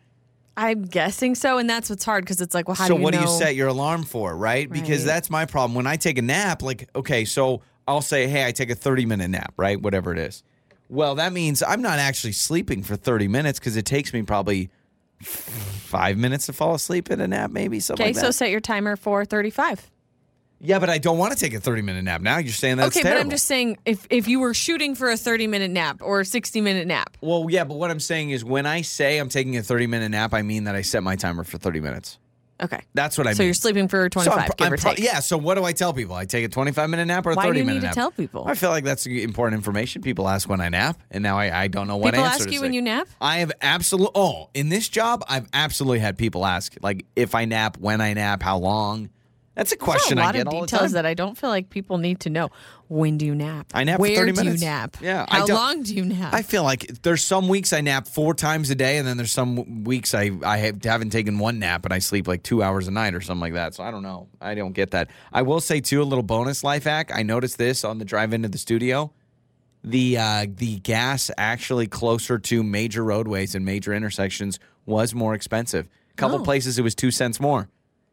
Speaker 3: I'm guessing so, and that's what's hard because it's like, well, how
Speaker 2: so
Speaker 3: do you
Speaker 2: what
Speaker 3: know?
Speaker 2: do you set your alarm for, right? Because
Speaker 3: Right.
Speaker 2: that's my problem. When I take a nap, like, okay, so I'll say, hey, I take a 30 minute nap, right? Whatever it is. Well, that means I'm not actually sleeping for 30 minutes because it takes me probably five minutes to fall asleep in a nap, maybe something
Speaker 3: okay,
Speaker 2: like
Speaker 3: so
Speaker 2: that.
Speaker 3: set your timer for 35.
Speaker 2: yeah, but I don't want to take a 30 minute nap now. You're saying that's
Speaker 3: okay,
Speaker 2: terrible.
Speaker 3: but I'm just saying, if if you were shooting for a 30 minute nap or a 60 minute nap,
Speaker 2: Well, yeah, but what I'm saying is when I say I'm taking a 30 minute nap, I mean that I set my timer for 30 minutes.
Speaker 3: okay,
Speaker 2: That's what I
Speaker 3: so
Speaker 2: mean.
Speaker 3: you're sleeping for
Speaker 2: So
Speaker 3: 25,
Speaker 2: I'm pro-
Speaker 3: give
Speaker 2: I'm
Speaker 3: or
Speaker 2: pro-
Speaker 3: take.
Speaker 2: Yeah. So what do I tell people? I take a 25 minute nap or a
Speaker 3: Why
Speaker 2: 30
Speaker 3: do you
Speaker 2: minute
Speaker 3: need to
Speaker 2: nap?
Speaker 3: tell people?
Speaker 2: I feel like that's important information. People ask when I nap, and now I, I don't know what
Speaker 3: People
Speaker 2: answer
Speaker 3: ask
Speaker 2: to
Speaker 3: you
Speaker 2: say.
Speaker 3: when you nap?
Speaker 2: I have absolute. Oh, in this job, I've absolutely had people ask like if I nap, when I nap, how long. That's a
Speaker 3: There's
Speaker 2: question
Speaker 3: a lot
Speaker 2: I get
Speaker 3: of
Speaker 2: all the
Speaker 3: details
Speaker 2: time.
Speaker 3: that I don't feel like people need to know. When do you nap?
Speaker 2: I nap for
Speaker 3: Where
Speaker 2: 30
Speaker 3: do
Speaker 2: minutes.
Speaker 3: you nap?
Speaker 2: Yeah, I
Speaker 3: How
Speaker 2: don't-
Speaker 3: long do you nap?
Speaker 2: I feel like there's some weeks I nap four times a day, and then there's some w- weeks I, I have, haven't taken one nap and I sleep like two hours a night or something like that. So I don't know. I don't get that. I will say, too, a little bonus life hack. I noticed this on the drive into the studio. The uh, the gas actually closer to major roadways and major intersections was more expensive. A couple
Speaker 3: Oh.
Speaker 2: places it was two cents more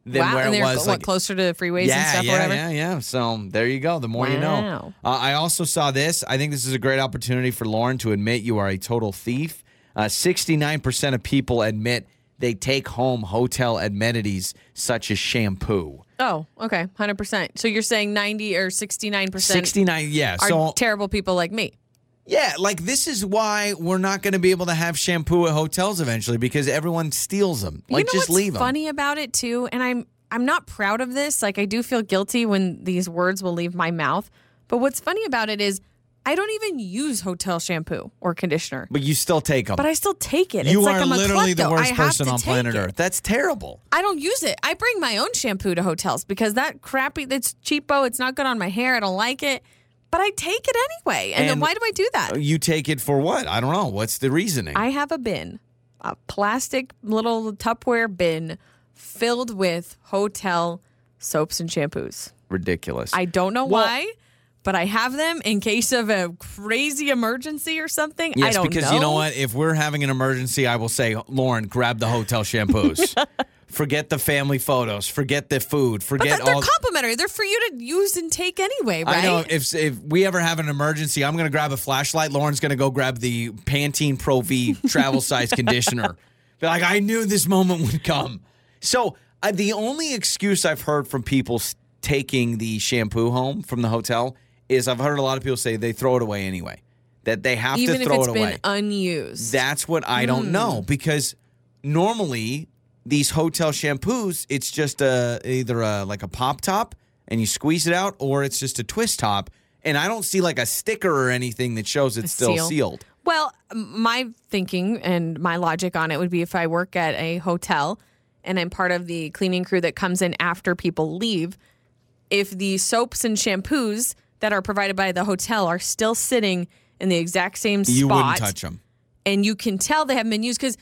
Speaker 2: than
Speaker 3: wow,
Speaker 2: where
Speaker 3: and
Speaker 2: it
Speaker 3: they're
Speaker 2: was
Speaker 3: what,
Speaker 2: like
Speaker 3: closer to freeways
Speaker 2: yeah,
Speaker 3: and stuff,
Speaker 2: yeah,
Speaker 3: or whatever.
Speaker 2: Yeah, yeah, So um, there you go. The more you know.
Speaker 3: Wow.
Speaker 2: Uh, I also saw this. I think this is a great opportunity for Lauren to admit you are a total thief. Uh, 69% of people admit they take home hotel amenities such as shampoo.
Speaker 3: Oh, okay, 100. percent So you're saying 90 or 69 percent
Speaker 2: 69, yeah.
Speaker 3: are
Speaker 2: So,
Speaker 3: terrible people like me.
Speaker 2: yeah, like this is why we're not going to be able to have shampoo at hotels eventually because everyone steals them. Like,
Speaker 3: you know
Speaker 2: just
Speaker 3: what's
Speaker 2: leave them.
Speaker 3: Funny about it too, and I'm I'm not proud of this. Like I do feel guilty when these words will leave my mouth. But what's funny about it is I don't even use hotel shampoo or conditioner,
Speaker 2: But you still take them.
Speaker 3: but I still take it.
Speaker 2: you
Speaker 3: it's
Speaker 2: are
Speaker 3: like I'm a
Speaker 2: literally the
Speaker 3: klepto. I
Speaker 2: worst
Speaker 3: have
Speaker 2: person
Speaker 3: to
Speaker 2: on
Speaker 3: take
Speaker 2: planet
Speaker 3: it.
Speaker 2: Earth. That's terrible.
Speaker 3: I don't use it. I bring my own shampoo to hotels because that crappy, it's cheapo. It's not good on my hair. I don't like it. But I take it anyway. And, then
Speaker 2: And-
Speaker 3: why do I do that?
Speaker 2: You take it for what? I don't know. What's the reasoning?
Speaker 3: I have a bin, a plastic little Tupperware bin filled with hotel soaps and shampoos.
Speaker 2: ridiculous.
Speaker 3: I don't know
Speaker 2: Well-
Speaker 3: why, but I have them in case of a crazy emergency or something. I
Speaker 2: yes,
Speaker 3: don't
Speaker 2: because you know what? If we're having an emergency, I will say, Lauren, grab the hotel shampoos. forget the family photos. Forget the food.
Speaker 3: But
Speaker 2: Forget
Speaker 3: that, they're
Speaker 2: all.
Speaker 3: complimentary. They're for you to use and take anyway, right?
Speaker 2: I know if if we ever have an emergency, I'm going to grab a flashlight. Lauren's going to go grab the Pantene Pro V travel size conditioner. Be like, I knew this moment would come. So I, the only excuse I've heard from people s- taking the shampoo home from the hotel is I've heard a lot of people say they throw it away anyway. That they have
Speaker 3: Even
Speaker 2: to
Speaker 3: if
Speaker 2: throw
Speaker 3: it's
Speaker 2: it
Speaker 3: been
Speaker 2: away.
Speaker 3: unused.
Speaker 2: That's what I don't know because normally these hotel shampoos, it's just a either a like a pop top and you squeeze it out, or it's just a twist top. And I don't see like a sticker or anything that shows it's still
Speaker 3: seal.
Speaker 2: sealed.
Speaker 3: Well, m- my thinking and my logic on it would be if I work at a hotel and I'm part of the cleaning crew that comes in after people leave, if the soaps and shampoos that are provided by the hotel are still sitting in the exact same spot
Speaker 2: You wouldn't touch them.
Speaker 3: and you can tell they haven't been used because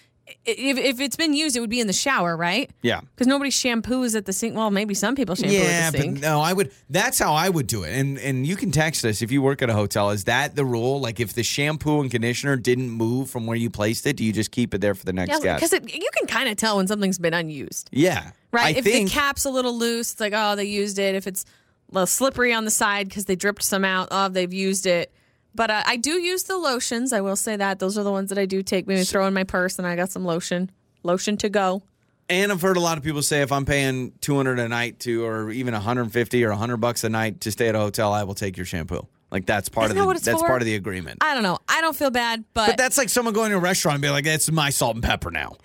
Speaker 3: if, if it's been used, it would be in the shower, right?
Speaker 2: Yeah.
Speaker 3: Because nobody shampoos at the sink. Well, maybe some people shampoo
Speaker 2: yeah,
Speaker 3: at the sink.
Speaker 2: but no, I would. That's how I would do it. And and you can text us if you work at a hotel. Is that the rule? Like if the shampoo and conditioner didn't move from where you placed it, do you just keep it there for the next
Speaker 3: yeah,
Speaker 2: guest?
Speaker 3: because you can kind of tell when something's been unused.
Speaker 2: Yeah,
Speaker 3: Right.
Speaker 2: I
Speaker 3: if
Speaker 2: think
Speaker 3: the cap's a little loose, it's like, oh, they used it. If it's a little slippery on the side because they dripped some out, oh, they've used it. But uh, I do use the lotions. I will say that. Those are the ones that I do take. Maybe throw in my purse and I got some lotion. Lotion to go.
Speaker 2: And I've heard a lot of people say if I'm paying 200 a night to, or even 150 or 100 bucks a night to stay at a hotel, I will take your shampoo. Like that's part
Speaker 3: Isn't
Speaker 2: of
Speaker 3: that
Speaker 2: the,
Speaker 3: what it's
Speaker 2: that's
Speaker 3: for?
Speaker 2: part of the agreement.
Speaker 3: I don't know. I don't feel bad, but,
Speaker 2: but that's like someone going to a restaurant and be like, "That's my salt and pepper now."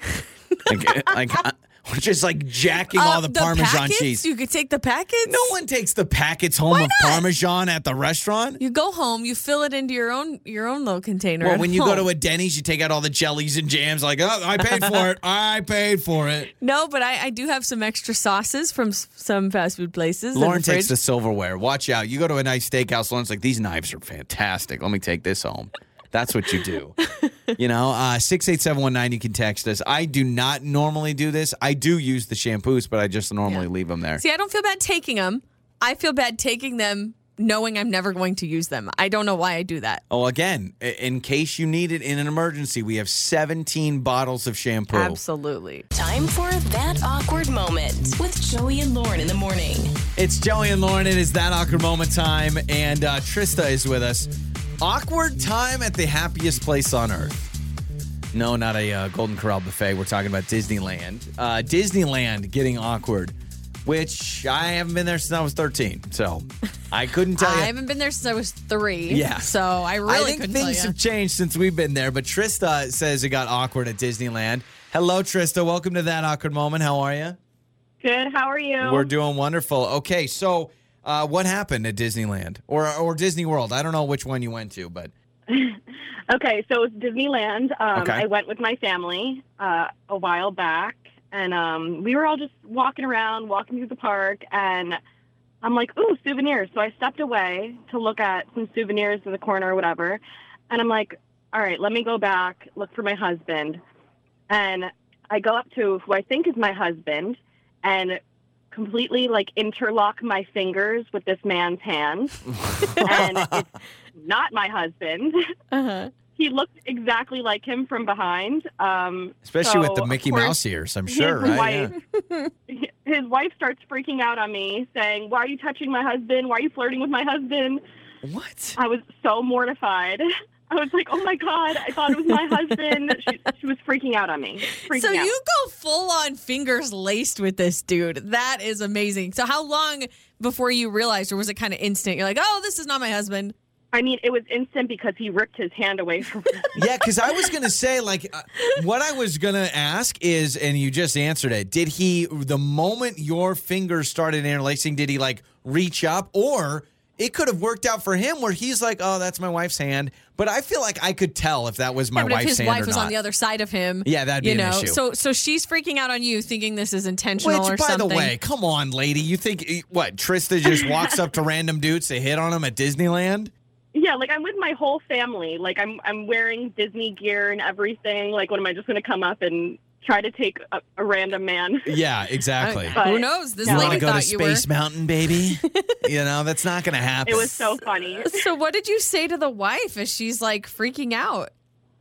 Speaker 2: like, like uh, we're just like jacking
Speaker 3: Uh,
Speaker 2: all the, Parmesan
Speaker 3: packets?
Speaker 2: cheese.
Speaker 3: You could take the packets.
Speaker 2: no one takes the packets home of Parmesan at the restaurant.
Speaker 3: You go home. You fill it into your own your own little container.
Speaker 2: Well,
Speaker 3: at
Speaker 2: when you go
Speaker 3: home.
Speaker 2: to a Denny's, you take out all the jellies and jams. Like, oh, I paid for it. I paid for it.
Speaker 3: no, but I, I do have some extra sauces from s- some fast food places. in
Speaker 2: Lauren
Speaker 3: the fridge.
Speaker 2: takes the silverware. Watch out. You go to a nice steakhouse, Lauren's like, these knives are fantastic. Let me take this home. That's what you do. you know, uh, 68719, you can text us. I do not normally do this. I do use the shampoos, but I just normally
Speaker 3: Yeah.
Speaker 2: leave them there.
Speaker 3: See, I don't feel bad taking them. I feel bad taking them knowing I'm never going to use them. I don't know why I do that.
Speaker 2: oh, again, i- in case you need it in an emergency, we have 17 bottles of shampoo.
Speaker 3: Absolutely.
Speaker 1: Time for that awkward moment with Joey and Lauren in the morning.
Speaker 2: It's Joey and Lauren. It is that awkward moment time, and uh, Trista is with us. Awkward time at the happiest place on earth. No, not a uh, Golden Corral buffet. We're talking about Disneyland. Uh, Disneyland getting awkward, which I haven't been there since I was 13, so I couldn't tell
Speaker 3: I
Speaker 2: you.
Speaker 3: haven't been there since I was three.
Speaker 2: Yeah.
Speaker 3: So I really
Speaker 2: I think
Speaker 3: couldn't
Speaker 2: things
Speaker 3: tell you.
Speaker 2: have changed since we've been there, but Trista says it got awkward at Disneyland. Hello, Trista. Welcome to that awkward moment. How are you?
Speaker 7: Good. How are you?
Speaker 2: We're doing wonderful. Okay, so uh, what happened at Disneyland or or Disney World? I don't know which one you went to, but
Speaker 7: okay, so it's Disneyland. Um,
Speaker 2: Okay.
Speaker 7: I went with my family uh, a while back, and um, we were all just walking around, walking through the park, and I'm like, ooh, souvenirs. So I stepped away to look at some souvenirs in the corner or whatever, and I'm like, all right, let me go back, look for my husband. And I go up to who I think is my husband and completely like interlock my fingers with this man's hand. and it's not my husband.
Speaker 3: Uh-huh.
Speaker 7: he looked exactly like him from behind. Um,
Speaker 2: especially
Speaker 7: so,
Speaker 2: with the
Speaker 7: of
Speaker 2: Mickey
Speaker 7: course,
Speaker 2: Mouse ears, I'm
Speaker 7: his
Speaker 2: sure, right?
Speaker 7: wife- His wife starts freaking out on me, saying, "Why are you touching my husband? Why are you flirting with my husband?"
Speaker 2: Yeah. What?
Speaker 7: I was so mortified. I was like, "Oh my god! I thought it was my husband." She, she was freaking out on me. Freaking
Speaker 3: So
Speaker 7: out.
Speaker 3: you go full on fingers laced with this dude. That is amazing. So how long before you realized or was it kind of instant? You're like, oh, this is not my husband.
Speaker 7: I mean, it was instant because he ripped his hand away from me.
Speaker 2: Yeah, because I was gonna say like, uh, what I was gonna ask is, and you just answered it. Did he the moment your fingers started interlacing? Did he like reach up or? It could have worked out for him where he's like, "Oh, that's my wife's hand," but I feel like I could tell if that was my
Speaker 3: Yeah, but
Speaker 2: wife's
Speaker 3: if his
Speaker 2: hand
Speaker 3: wife
Speaker 2: or
Speaker 3: was
Speaker 2: not.
Speaker 3: on the other side of him,
Speaker 2: Yeah, that'd be
Speaker 3: you
Speaker 2: an
Speaker 3: know.
Speaker 2: issue.
Speaker 3: So so she's freaking out on you, thinking this is intentional or
Speaker 2: Which, by
Speaker 3: something.
Speaker 2: the way, come on, lady. You think eh, what? Trista just walks up to random dudes to hit on them at Disneyland?
Speaker 7: Yeah, like I'm with my whole family. Like I'm I'm wearing Disney gear and everything. Like what am I just going to come up and try to take a, a random man?
Speaker 2: Yeah, exactly.
Speaker 7: Uh,
Speaker 3: who knows? This
Speaker 2: you want
Speaker 3: lady
Speaker 2: to go to
Speaker 3: thought you were.
Speaker 2: Space Mountain, baby? you know that's not going to happen.
Speaker 7: It was so funny.
Speaker 3: So what did you say to the wife as she's like freaking out?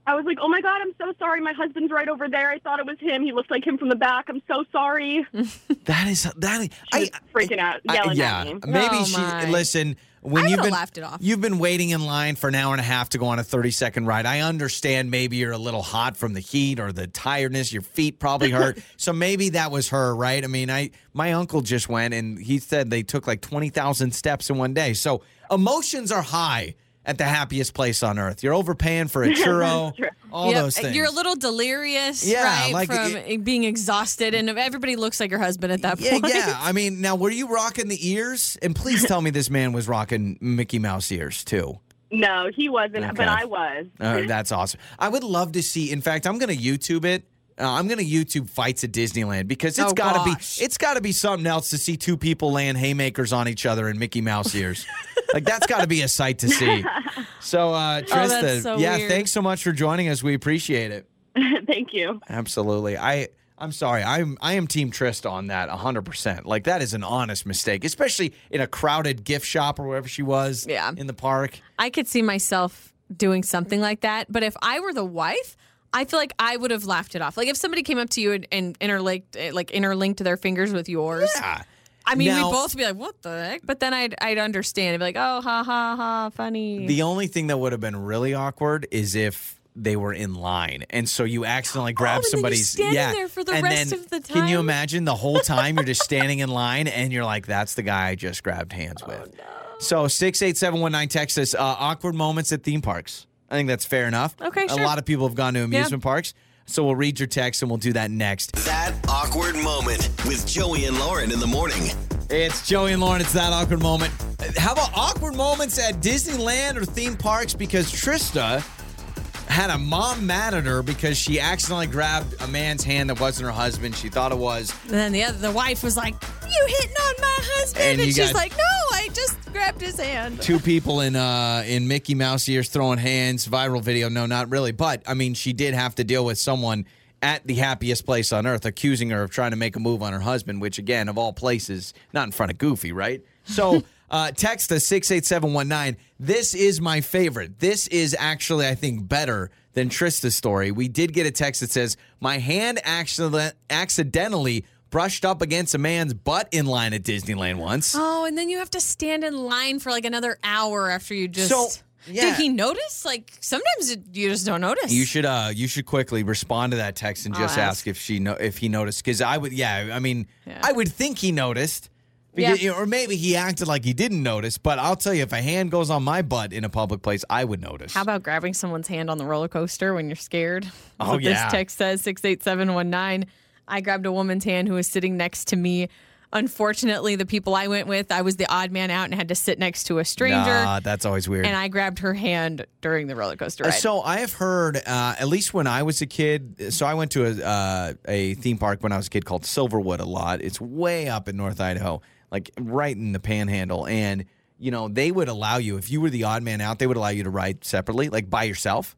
Speaker 7: I was like, "Oh my god, I'm so sorry. My husband's right over there. I thought it was him. He looks like him from the back. I'm so sorry." She
Speaker 2: That is that.
Speaker 7: was
Speaker 2: Mm-hmm. I,
Speaker 7: freaking out,
Speaker 2: I-
Speaker 7: yelling
Speaker 2: yeah,
Speaker 7: at me.
Speaker 2: maybe
Speaker 3: Oh,
Speaker 2: she.
Speaker 3: my.
Speaker 2: Listen,
Speaker 3: I
Speaker 2: when
Speaker 3: would
Speaker 2: you've
Speaker 3: have
Speaker 2: been
Speaker 3: laughed it off.
Speaker 2: you've been waiting in line for an hour and a half to go on a thirty second ride, I understand. Maybe you're a little hot from the heat or the tiredness. Your feet probably hurt. so maybe that was her, right? I mean, I my uncle just went and he said they took like twenty thousand steps in one day. So emotions are high. at the happiest place on earth. You're overpaying for a churro,
Speaker 7: That's true.
Speaker 2: all
Speaker 3: Yep,
Speaker 2: those things.
Speaker 3: You're a little delirious,
Speaker 2: Yeah,
Speaker 3: right?
Speaker 2: like,
Speaker 3: from being exhausted, and everybody looks like your husband at that
Speaker 2: yeah,
Speaker 3: point.
Speaker 2: yeah. I mean, now were you rocking the ears? And please tell me this man was rocking Mickey Mouse ears too.
Speaker 7: No, he wasn't,
Speaker 2: Okay.
Speaker 7: but I was.
Speaker 2: Uh, that's awesome. I would love to see. In fact, I'm going to YouTube it. Uh, I'm going to YouTube fights at Disneyland because it's
Speaker 3: Oh,
Speaker 2: got to be
Speaker 3: gosh.
Speaker 2: it's got to be something else to see two people laying haymakers on each other in Mickey Mouse ears. like that's got to be a sight to see. So, uh, Trista,
Speaker 3: Oh, that's so
Speaker 2: yeah,
Speaker 3: weird.
Speaker 2: thanks so much for joining us. We appreciate it.
Speaker 7: Thank you.
Speaker 2: Absolutely. I I'm sorry. I'm I am team Trista on that 100%. Like that is an honest mistake, especially in a crowded gift shop or wherever she was
Speaker 3: Yeah.
Speaker 2: in the park.
Speaker 3: I could see myself doing something like that, but if I were the wife, I feel like I would have laughed it off. Like if somebody came up to you and, and interlinked, eh, like interlinked their fingers with yours.
Speaker 2: Yeah.
Speaker 3: I mean,
Speaker 2: Now-
Speaker 3: we'd both be like, "What the heck?" But then I'd I'd understand. I'd be like, "Oh, ha ha ha, funny."
Speaker 2: The only thing that would have been really awkward is if they were in line, and so you accidentally grab
Speaker 3: Oh, and then you're
Speaker 2: somebody's.
Speaker 3: standing
Speaker 2: yeah,
Speaker 3: there for the
Speaker 2: and
Speaker 3: rest
Speaker 2: then
Speaker 3: of the
Speaker 2: Can you
Speaker 3: time.
Speaker 2: imagine the whole time you're just standing in line, and you're like, "That's the guy I just grabbed hands
Speaker 3: Oh,
Speaker 2: with." So six eight seven one nine text us uh, awkward moments at theme parks. I think that's fair enough.
Speaker 3: Okay,
Speaker 2: A
Speaker 3: sure.
Speaker 2: lot of people have gone to amusement parks, so we'll read your text and we'll do that next.
Speaker 4: That awkward moment with Joey and Lauren in the morning.
Speaker 2: It's Joey and Lauren. It's that awkward moment. How about awkward moments at Disneyland or theme parks? Because Trista had a mom mad at her because she accidentally grabbed a man's hand that wasn't her husband. She thought it was.
Speaker 3: and then the other the wife was like, "You hitting on my husband?"
Speaker 2: And
Speaker 3: And,
Speaker 2: you
Speaker 3: she's
Speaker 2: got-
Speaker 3: like, "No, I just grabbed his hand."
Speaker 2: Two people in uh in Mickey Mouse ears throwing hands. Viral video. No, not really. But I mean, she did have to deal with someone at the happiest place on earth accusing her of trying to make a move on her husband, which again, of all places, not in front of Goofy, right? So uh, text us 68719. This is my favorite. This is actually, I think, better than Trista's story. We did get a text that says, My hand accident- accidentally brushed up against a man's butt in line at Disneyland once.
Speaker 3: Oh, and then you have to stand in line for like another hour after you just.
Speaker 2: So, yeah.
Speaker 3: Did he notice? Like sometimes it, you just don't notice.
Speaker 2: You should uh you should quickly respond to that text and
Speaker 3: I'll
Speaker 2: just ask.
Speaker 3: ask.
Speaker 2: if she no- if he noticed cuz I would yeah, I mean
Speaker 3: Yeah.
Speaker 2: I would think he noticed.
Speaker 3: Yeah.
Speaker 2: Because, Or maybe he acted like he didn't notice, but I'll tell you, if a hand goes on my butt in a public place, I would notice.
Speaker 3: How about grabbing someone's hand on the roller coaster when you're scared? That's
Speaker 2: Oh,
Speaker 3: what
Speaker 2: yeah.
Speaker 3: This text says 68719. I grabbed a woman's hand who was sitting next to me. Unfortunately, the people I went with, I was the odd man out and had to sit next to a stranger.
Speaker 2: Nah, that's always weird.
Speaker 3: And I grabbed her hand during the roller coaster
Speaker 2: Uh,
Speaker 3: ride.
Speaker 2: So I have heard, uh, at least when I was a kid. So I went to a uh, a theme park when I was a kid called Silverwood a lot. It's way up in North Idaho, like right in the Panhandle, and you know they would allow you if you were the odd man out, they would allow you to ride separately, like by yourself.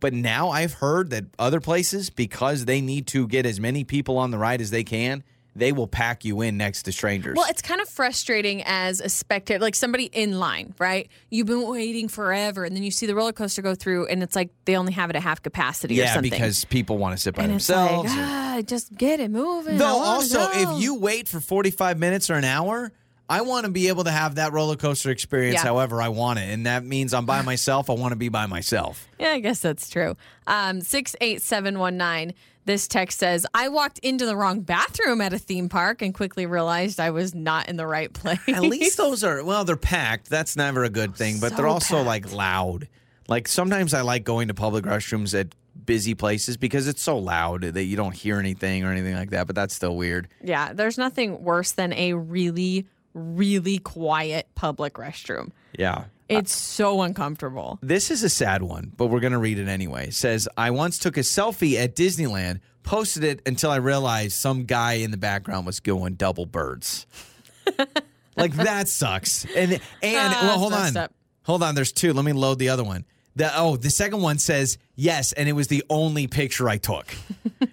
Speaker 2: But now I've heard that other places, because they need to get as many people on the ride as they can, they will pack you in next to strangers.
Speaker 3: Well, it's kind of frustrating as a spectator, like somebody in line, right? You've been waiting forever, and then you see the roller coaster go through, and it's like they only have it at half capacity or
Speaker 2: yeah,
Speaker 3: something.
Speaker 2: because people want to sit by
Speaker 3: and it's like,
Speaker 2: themselves. or-
Speaker 3: ah, just get it moving. I
Speaker 2: Though
Speaker 3: wanna
Speaker 2: also,
Speaker 3: go."
Speaker 2: if you wait for 45 minutes or an hour, I want to be able to have that roller coaster experience
Speaker 3: Yeah.
Speaker 2: however I want it. And that means I'm by myself. I want to be by myself.
Speaker 3: yeah, I guess that's true. Um, six eight seven one nine. This text says, "I walked into the wrong bathroom at a theme park and quickly realized I was not in the right place."
Speaker 2: At least those are, well, they're packed. That's never a good thing, but they're
Speaker 3: So
Speaker 2: also
Speaker 3: packed.
Speaker 2: like loud. Like sometimes I like going to public restrooms at busy places because it's so loud that you don't hear anything or anything like that, but that's still weird.
Speaker 3: yeah, there's nothing worse than a really, really quiet public restroom.
Speaker 2: Yeah.
Speaker 3: It's so uncomfortable.
Speaker 2: This is a sad one, but we're going to read it anyway. It says, I once took a selfie at Disneyland, posted it until I realized some guy in the background was going double birds. like that sucks. And and
Speaker 3: Ah,
Speaker 2: well,
Speaker 3: that's
Speaker 2: hold on.
Speaker 3: messed up.
Speaker 2: Hold on, there's two. Let me load the other one. The oh, the second one says yes, and it was the only picture I took.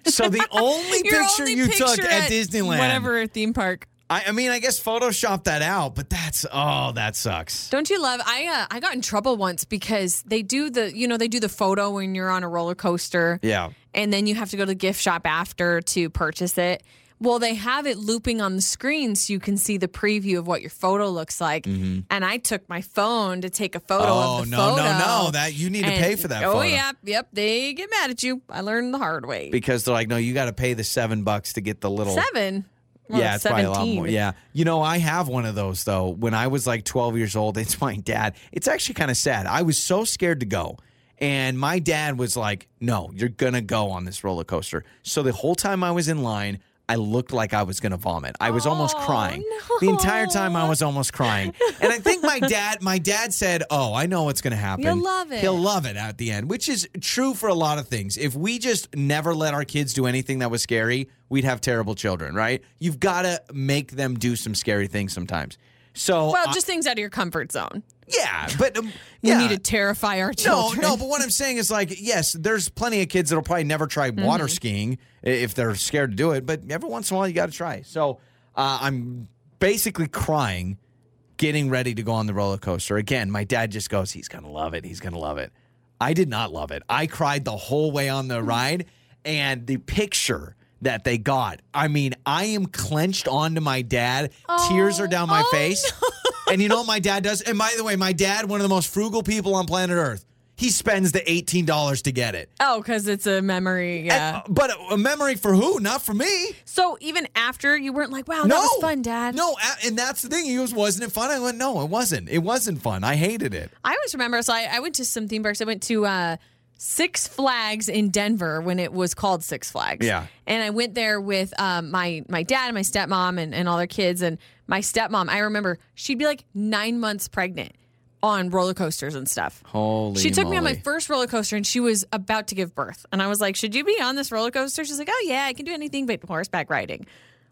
Speaker 2: So the only
Speaker 3: Your
Speaker 2: picture
Speaker 3: only
Speaker 2: you took
Speaker 3: picture
Speaker 2: at, Disneyland.
Speaker 3: Whatever theme park.
Speaker 2: I, I mean, I guess Photoshop that out, but that's oh, that sucks.
Speaker 3: Don't you love? I uh, I got in trouble once because they do the you know they do the photo when you're on a roller coaster.
Speaker 2: Yeah.
Speaker 3: And then you have to go to the gift shop after to purchase it. Well, they have it looping on the screen so you can see the preview of what your photo looks like. And I took my phone to take a photo
Speaker 2: Mm-hmm. Oh
Speaker 3: of the
Speaker 2: no,
Speaker 3: photo.
Speaker 2: no, no! That you need to pay
Speaker 3: And-
Speaker 2: for that.
Speaker 3: Oh
Speaker 2: photo.
Speaker 3: yeah, yep. They get mad at you. I learned the hard way.
Speaker 2: because they're like, no, you got to pay the seven bucks to get the little
Speaker 3: Seven. Well,
Speaker 2: yeah, it's probably a lot
Speaker 3: 17.
Speaker 2: more. Yeah. You know, I have one of those though. When I was like 12 years old, it's my dad. It's actually kind of sad. I was so scared to go. And my dad was like, no, you're going to go on this roller coaster. So the whole time I was in line, I looked like I was going to vomit. I was almost
Speaker 3: Oh,
Speaker 2: crying. The entire time I
Speaker 3: no.
Speaker 2: was almost crying. And I think my dad, my dad said, "Oh, I know what's going to happen.
Speaker 3: You'll love it.
Speaker 2: He'll love it at the end," which is true for a lot of things. If we just never let our kids do anything that was scary, we'd have terrible children, right? You've got to make them do some scary things sometimes. So,
Speaker 3: Well,
Speaker 2: I-
Speaker 3: just things out of your comfort zone.
Speaker 2: yeah, but um,
Speaker 3: We
Speaker 2: yeah.
Speaker 3: need to terrify our
Speaker 2: no,
Speaker 3: children.
Speaker 2: no, but what I'm saying is like, yes, there's plenty of kids that'll probably never try
Speaker 3: Mm-hmm.
Speaker 2: water skiing i- if they're scared to do it, but every once in a while you got to try. So uh, I'm basically crying, getting ready to go on the roller coaster. Again, my dad just goes, he's going to love it. He's going to love it. I did not love it. I cried the whole way on
Speaker 3: Mm.
Speaker 2: the ride, and the picture that they got, I mean, I am clenched onto my dad. Tears are down my
Speaker 3: Oh,
Speaker 2: face. And you know what my dad does? And by the way, my dad, one of the most frugal people on planet Earth, he spends the $18 to get it.
Speaker 3: Oh, because it's a memory. Yeah.
Speaker 2: And- but a memory for who? Not for me.
Speaker 3: Uh. so even after you weren't like, wow,
Speaker 2: no.
Speaker 3: that was fun, Dad.
Speaker 2: No, a- and that's the thing. He goes, wasn't it fun? I went, no, it wasn't. It wasn't fun. I hated it.
Speaker 3: I always remember. So I, I went to some theme parks. I went to uh, Six Flags in Denver when it was called Six Flags.
Speaker 2: Yeah.
Speaker 3: And I went there with um, my my dad and my stepmom and, and all their kids. And my stepmom, I remember she'd be like nine months pregnant on roller coasters and stuff.
Speaker 2: Holy
Speaker 3: she took me on my first roller coaster and she was about to give birth. And I was like, Should you be on this roller coaster? She's like, Oh, yeah, I can do anything but horseback riding.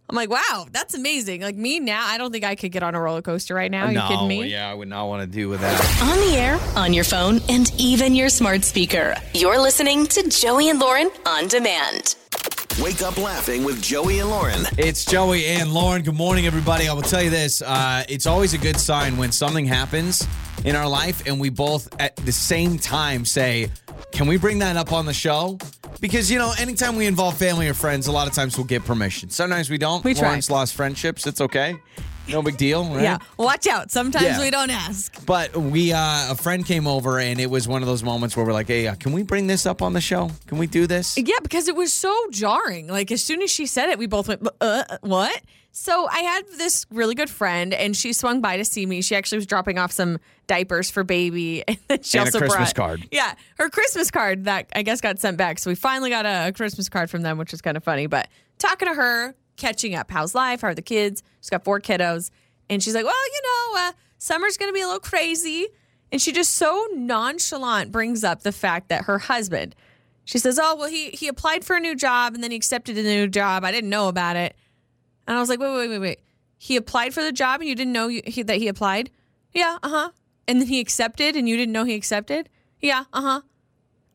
Speaker 3: I'm like, Wow, that's amazing. Like, me now, I don't think I could get on a roller coaster right now. Are you kidding me?
Speaker 2: yeah, I would not want to do with that.
Speaker 1: On the air, on your phone, and even your smart speaker. You're listening to Joey and Lauren on demand.
Speaker 4: Wake up laughing with Joey and Lauren.
Speaker 2: It's Joey and Lauren. Good morning, everybody. I will tell you this: uh, it's always a good sign when something happens in our life, and we both at the same time say, "Can we bring that up on the show?" Because you know, anytime we involve family or friends, a lot of times we'll get permission. Sometimes we don't.
Speaker 3: We try.
Speaker 2: Lauren's lost friendships. It's okay. No big deal. Right?
Speaker 3: Yeah. Watch out. Sometimes
Speaker 2: Yeah.
Speaker 3: we don't ask.
Speaker 2: But we, uh, a friend came over, and it was one of those moments where we're like, "Hey, uh, can we bring this up on the show? Can we do this?"
Speaker 3: Yeah, because it was so jarring. Like as soon as she said it, we both went, uh, "What?" So I had this really good friend, and she swung by to see me. She actually was dropping off some diapers for baby, and then she
Speaker 2: And a
Speaker 3: also
Speaker 2: Christmas
Speaker 3: brought,
Speaker 2: card.
Speaker 3: Yeah, her Christmas card that I guess got sent back. So we finally got a, a Christmas card from them, which was kind of funny. But talking to her, catching up, how's life? How are the kids? She's got four kiddos, and she's like, "Well, you know, uh, summer's gonna be a little crazy." And she just so nonchalant brings up the fact that her husband, she says, "Oh, well, he he applied for a new job and then he accepted a new job. I didn't know about it." And I was like, "Wait, wait, wait, wait. He applied for the job and you didn't know you, he, that he applied?" "Yeah, uh-huh." "And then he accepted and you didn't know he accepted?" "Yeah, uh-huh."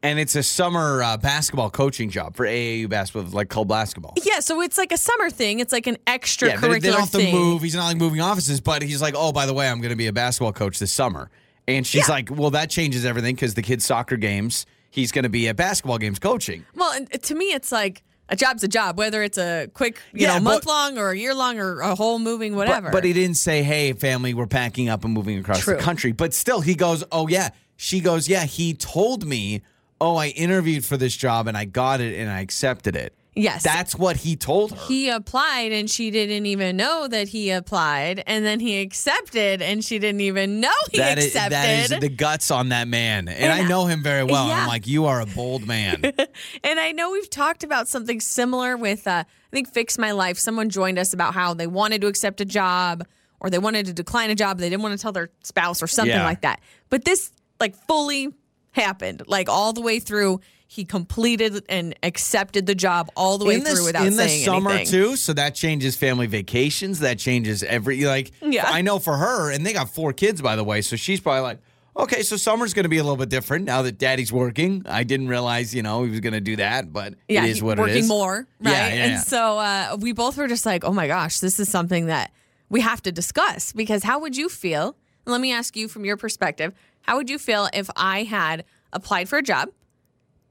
Speaker 2: And it's a summer uh, basketball coaching job for AAU basketball, like club basketball.
Speaker 3: Yeah, so it's like a summer thing. It's like an extracurricular
Speaker 2: they, they don't have to
Speaker 3: thing.
Speaker 2: move. He's not like moving offices, but he's like, oh, by the way, I'm going to be a basketball coach this summer. And she's like, well, that changes everything because the kids' soccer games, he's going to be at basketball games coaching.
Speaker 3: Well, and to me it's like a job's a job, whether it's a quick, you
Speaker 2: Yeah, but-
Speaker 3: know, month long or a year long or a whole moving
Speaker 2: But-
Speaker 3: whatever.
Speaker 2: But, he didn't say, hey, family, we're packing up and moving across
Speaker 3: True.
Speaker 2: the country. But still, he goes, oh, yeah. She goes, yeah, he told me, oh, I interviewed for this job and I got it and I accepted it.
Speaker 3: yes.
Speaker 2: That's what he told her.
Speaker 3: he applied and she didn't even know that he applied and then he accepted and she didn't even know he
Speaker 2: That is
Speaker 3: accepted
Speaker 2: that is the guts on that man. And, I
Speaker 3: And-
Speaker 2: know him very well.
Speaker 3: Yeah.
Speaker 2: I'm like, you are a bold man.
Speaker 3: and i know we've talked about something similar with uh, i think fix my life someone joined us about how they wanted to accept a job or they wanted to decline a job they didn't want to tell their spouse or something
Speaker 2: Yeah.
Speaker 3: like that but this like fully happened like all the way through he completed and accepted the job all the way
Speaker 2: the,
Speaker 3: through without
Speaker 2: in the
Speaker 3: saying
Speaker 2: summer
Speaker 3: anything.
Speaker 2: too so that changes family vacations that changes every like
Speaker 3: Yeah.
Speaker 2: i know for her and they got four kids by the way so she's probably like okay so summer's going to be a little bit different now that daddy's working i didn't realize you know he was going to do that but it is
Speaker 3: he-
Speaker 2: what
Speaker 3: working
Speaker 2: it is
Speaker 3: more,
Speaker 2: Yeah,
Speaker 3: right?
Speaker 2: yeah,
Speaker 3: and
Speaker 2: yeah.
Speaker 3: so uh, we both were just like, oh my gosh, this is something that we have to discuss because how would you feel? and Let me ask you from your perspective, how would you feel if I had applied for a job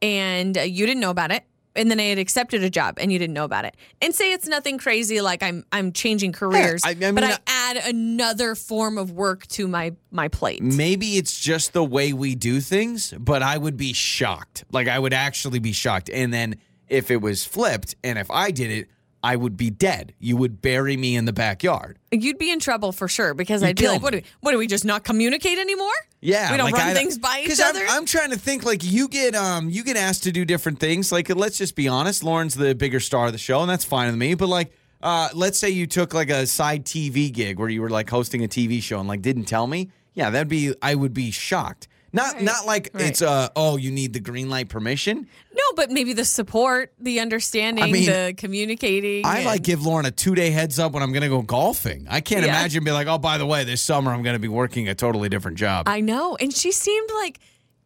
Speaker 3: and uh, you didn't know about it? And then I had accepted a job and you didn't know about it. And say it's nothing crazy like I'm I'm changing careers,
Speaker 2: I- I mean, uh,
Speaker 3: but I
Speaker 2: I-
Speaker 3: add another form of work to my my plate.
Speaker 2: maybe it's just the way we do things but i would be shocked like i would actually be shocked and then if it was flipped and if i did it I would be dead. You would bury me in the backyard.
Speaker 3: You'd be in trouble for sure because
Speaker 2: You'd
Speaker 3: I'd be
Speaker 2: kill
Speaker 3: like, what
Speaker 2: me.
Speaker 3: do, we, what do we just not communicate anymore?
Speaker 2: Yeah,
Speaker 3: We don't
Speaker 2: like
Speaker 3: run
Speaker 2: I-
Speaker 3: things by each
Speaker 2: 'cause I'm-
Speaker 3: other?
Speaker 2: I'm, trying to think like you get um you get asked to do different things. Like let's just be honest, Lauren's the bigger star of the show, and that's fine with me. But like, uh, let's say you took like a side TV gig where you were like hosting a TV show and like didn't tell me. Yeah, that'd be I would be shocked. Not not like
Speaker 3: right.
Speaker 2: it's uh oh you need the green light permission.
Speaker 3: no, but maybe the support, the understanding,
Speaker 2: I mean,
Speaker 3: the communicating.
Speaker 2: I
Speaker 3: and-
Speaker 2: like give Lauren a two day heads up when I'm gonna go golfing. I can't
Speaker 3: Yeah.
Speaker 2: imagine being like oh by the way this summer I'm gonna be working a totally different job.
Speaker 3: I know. And she seemed like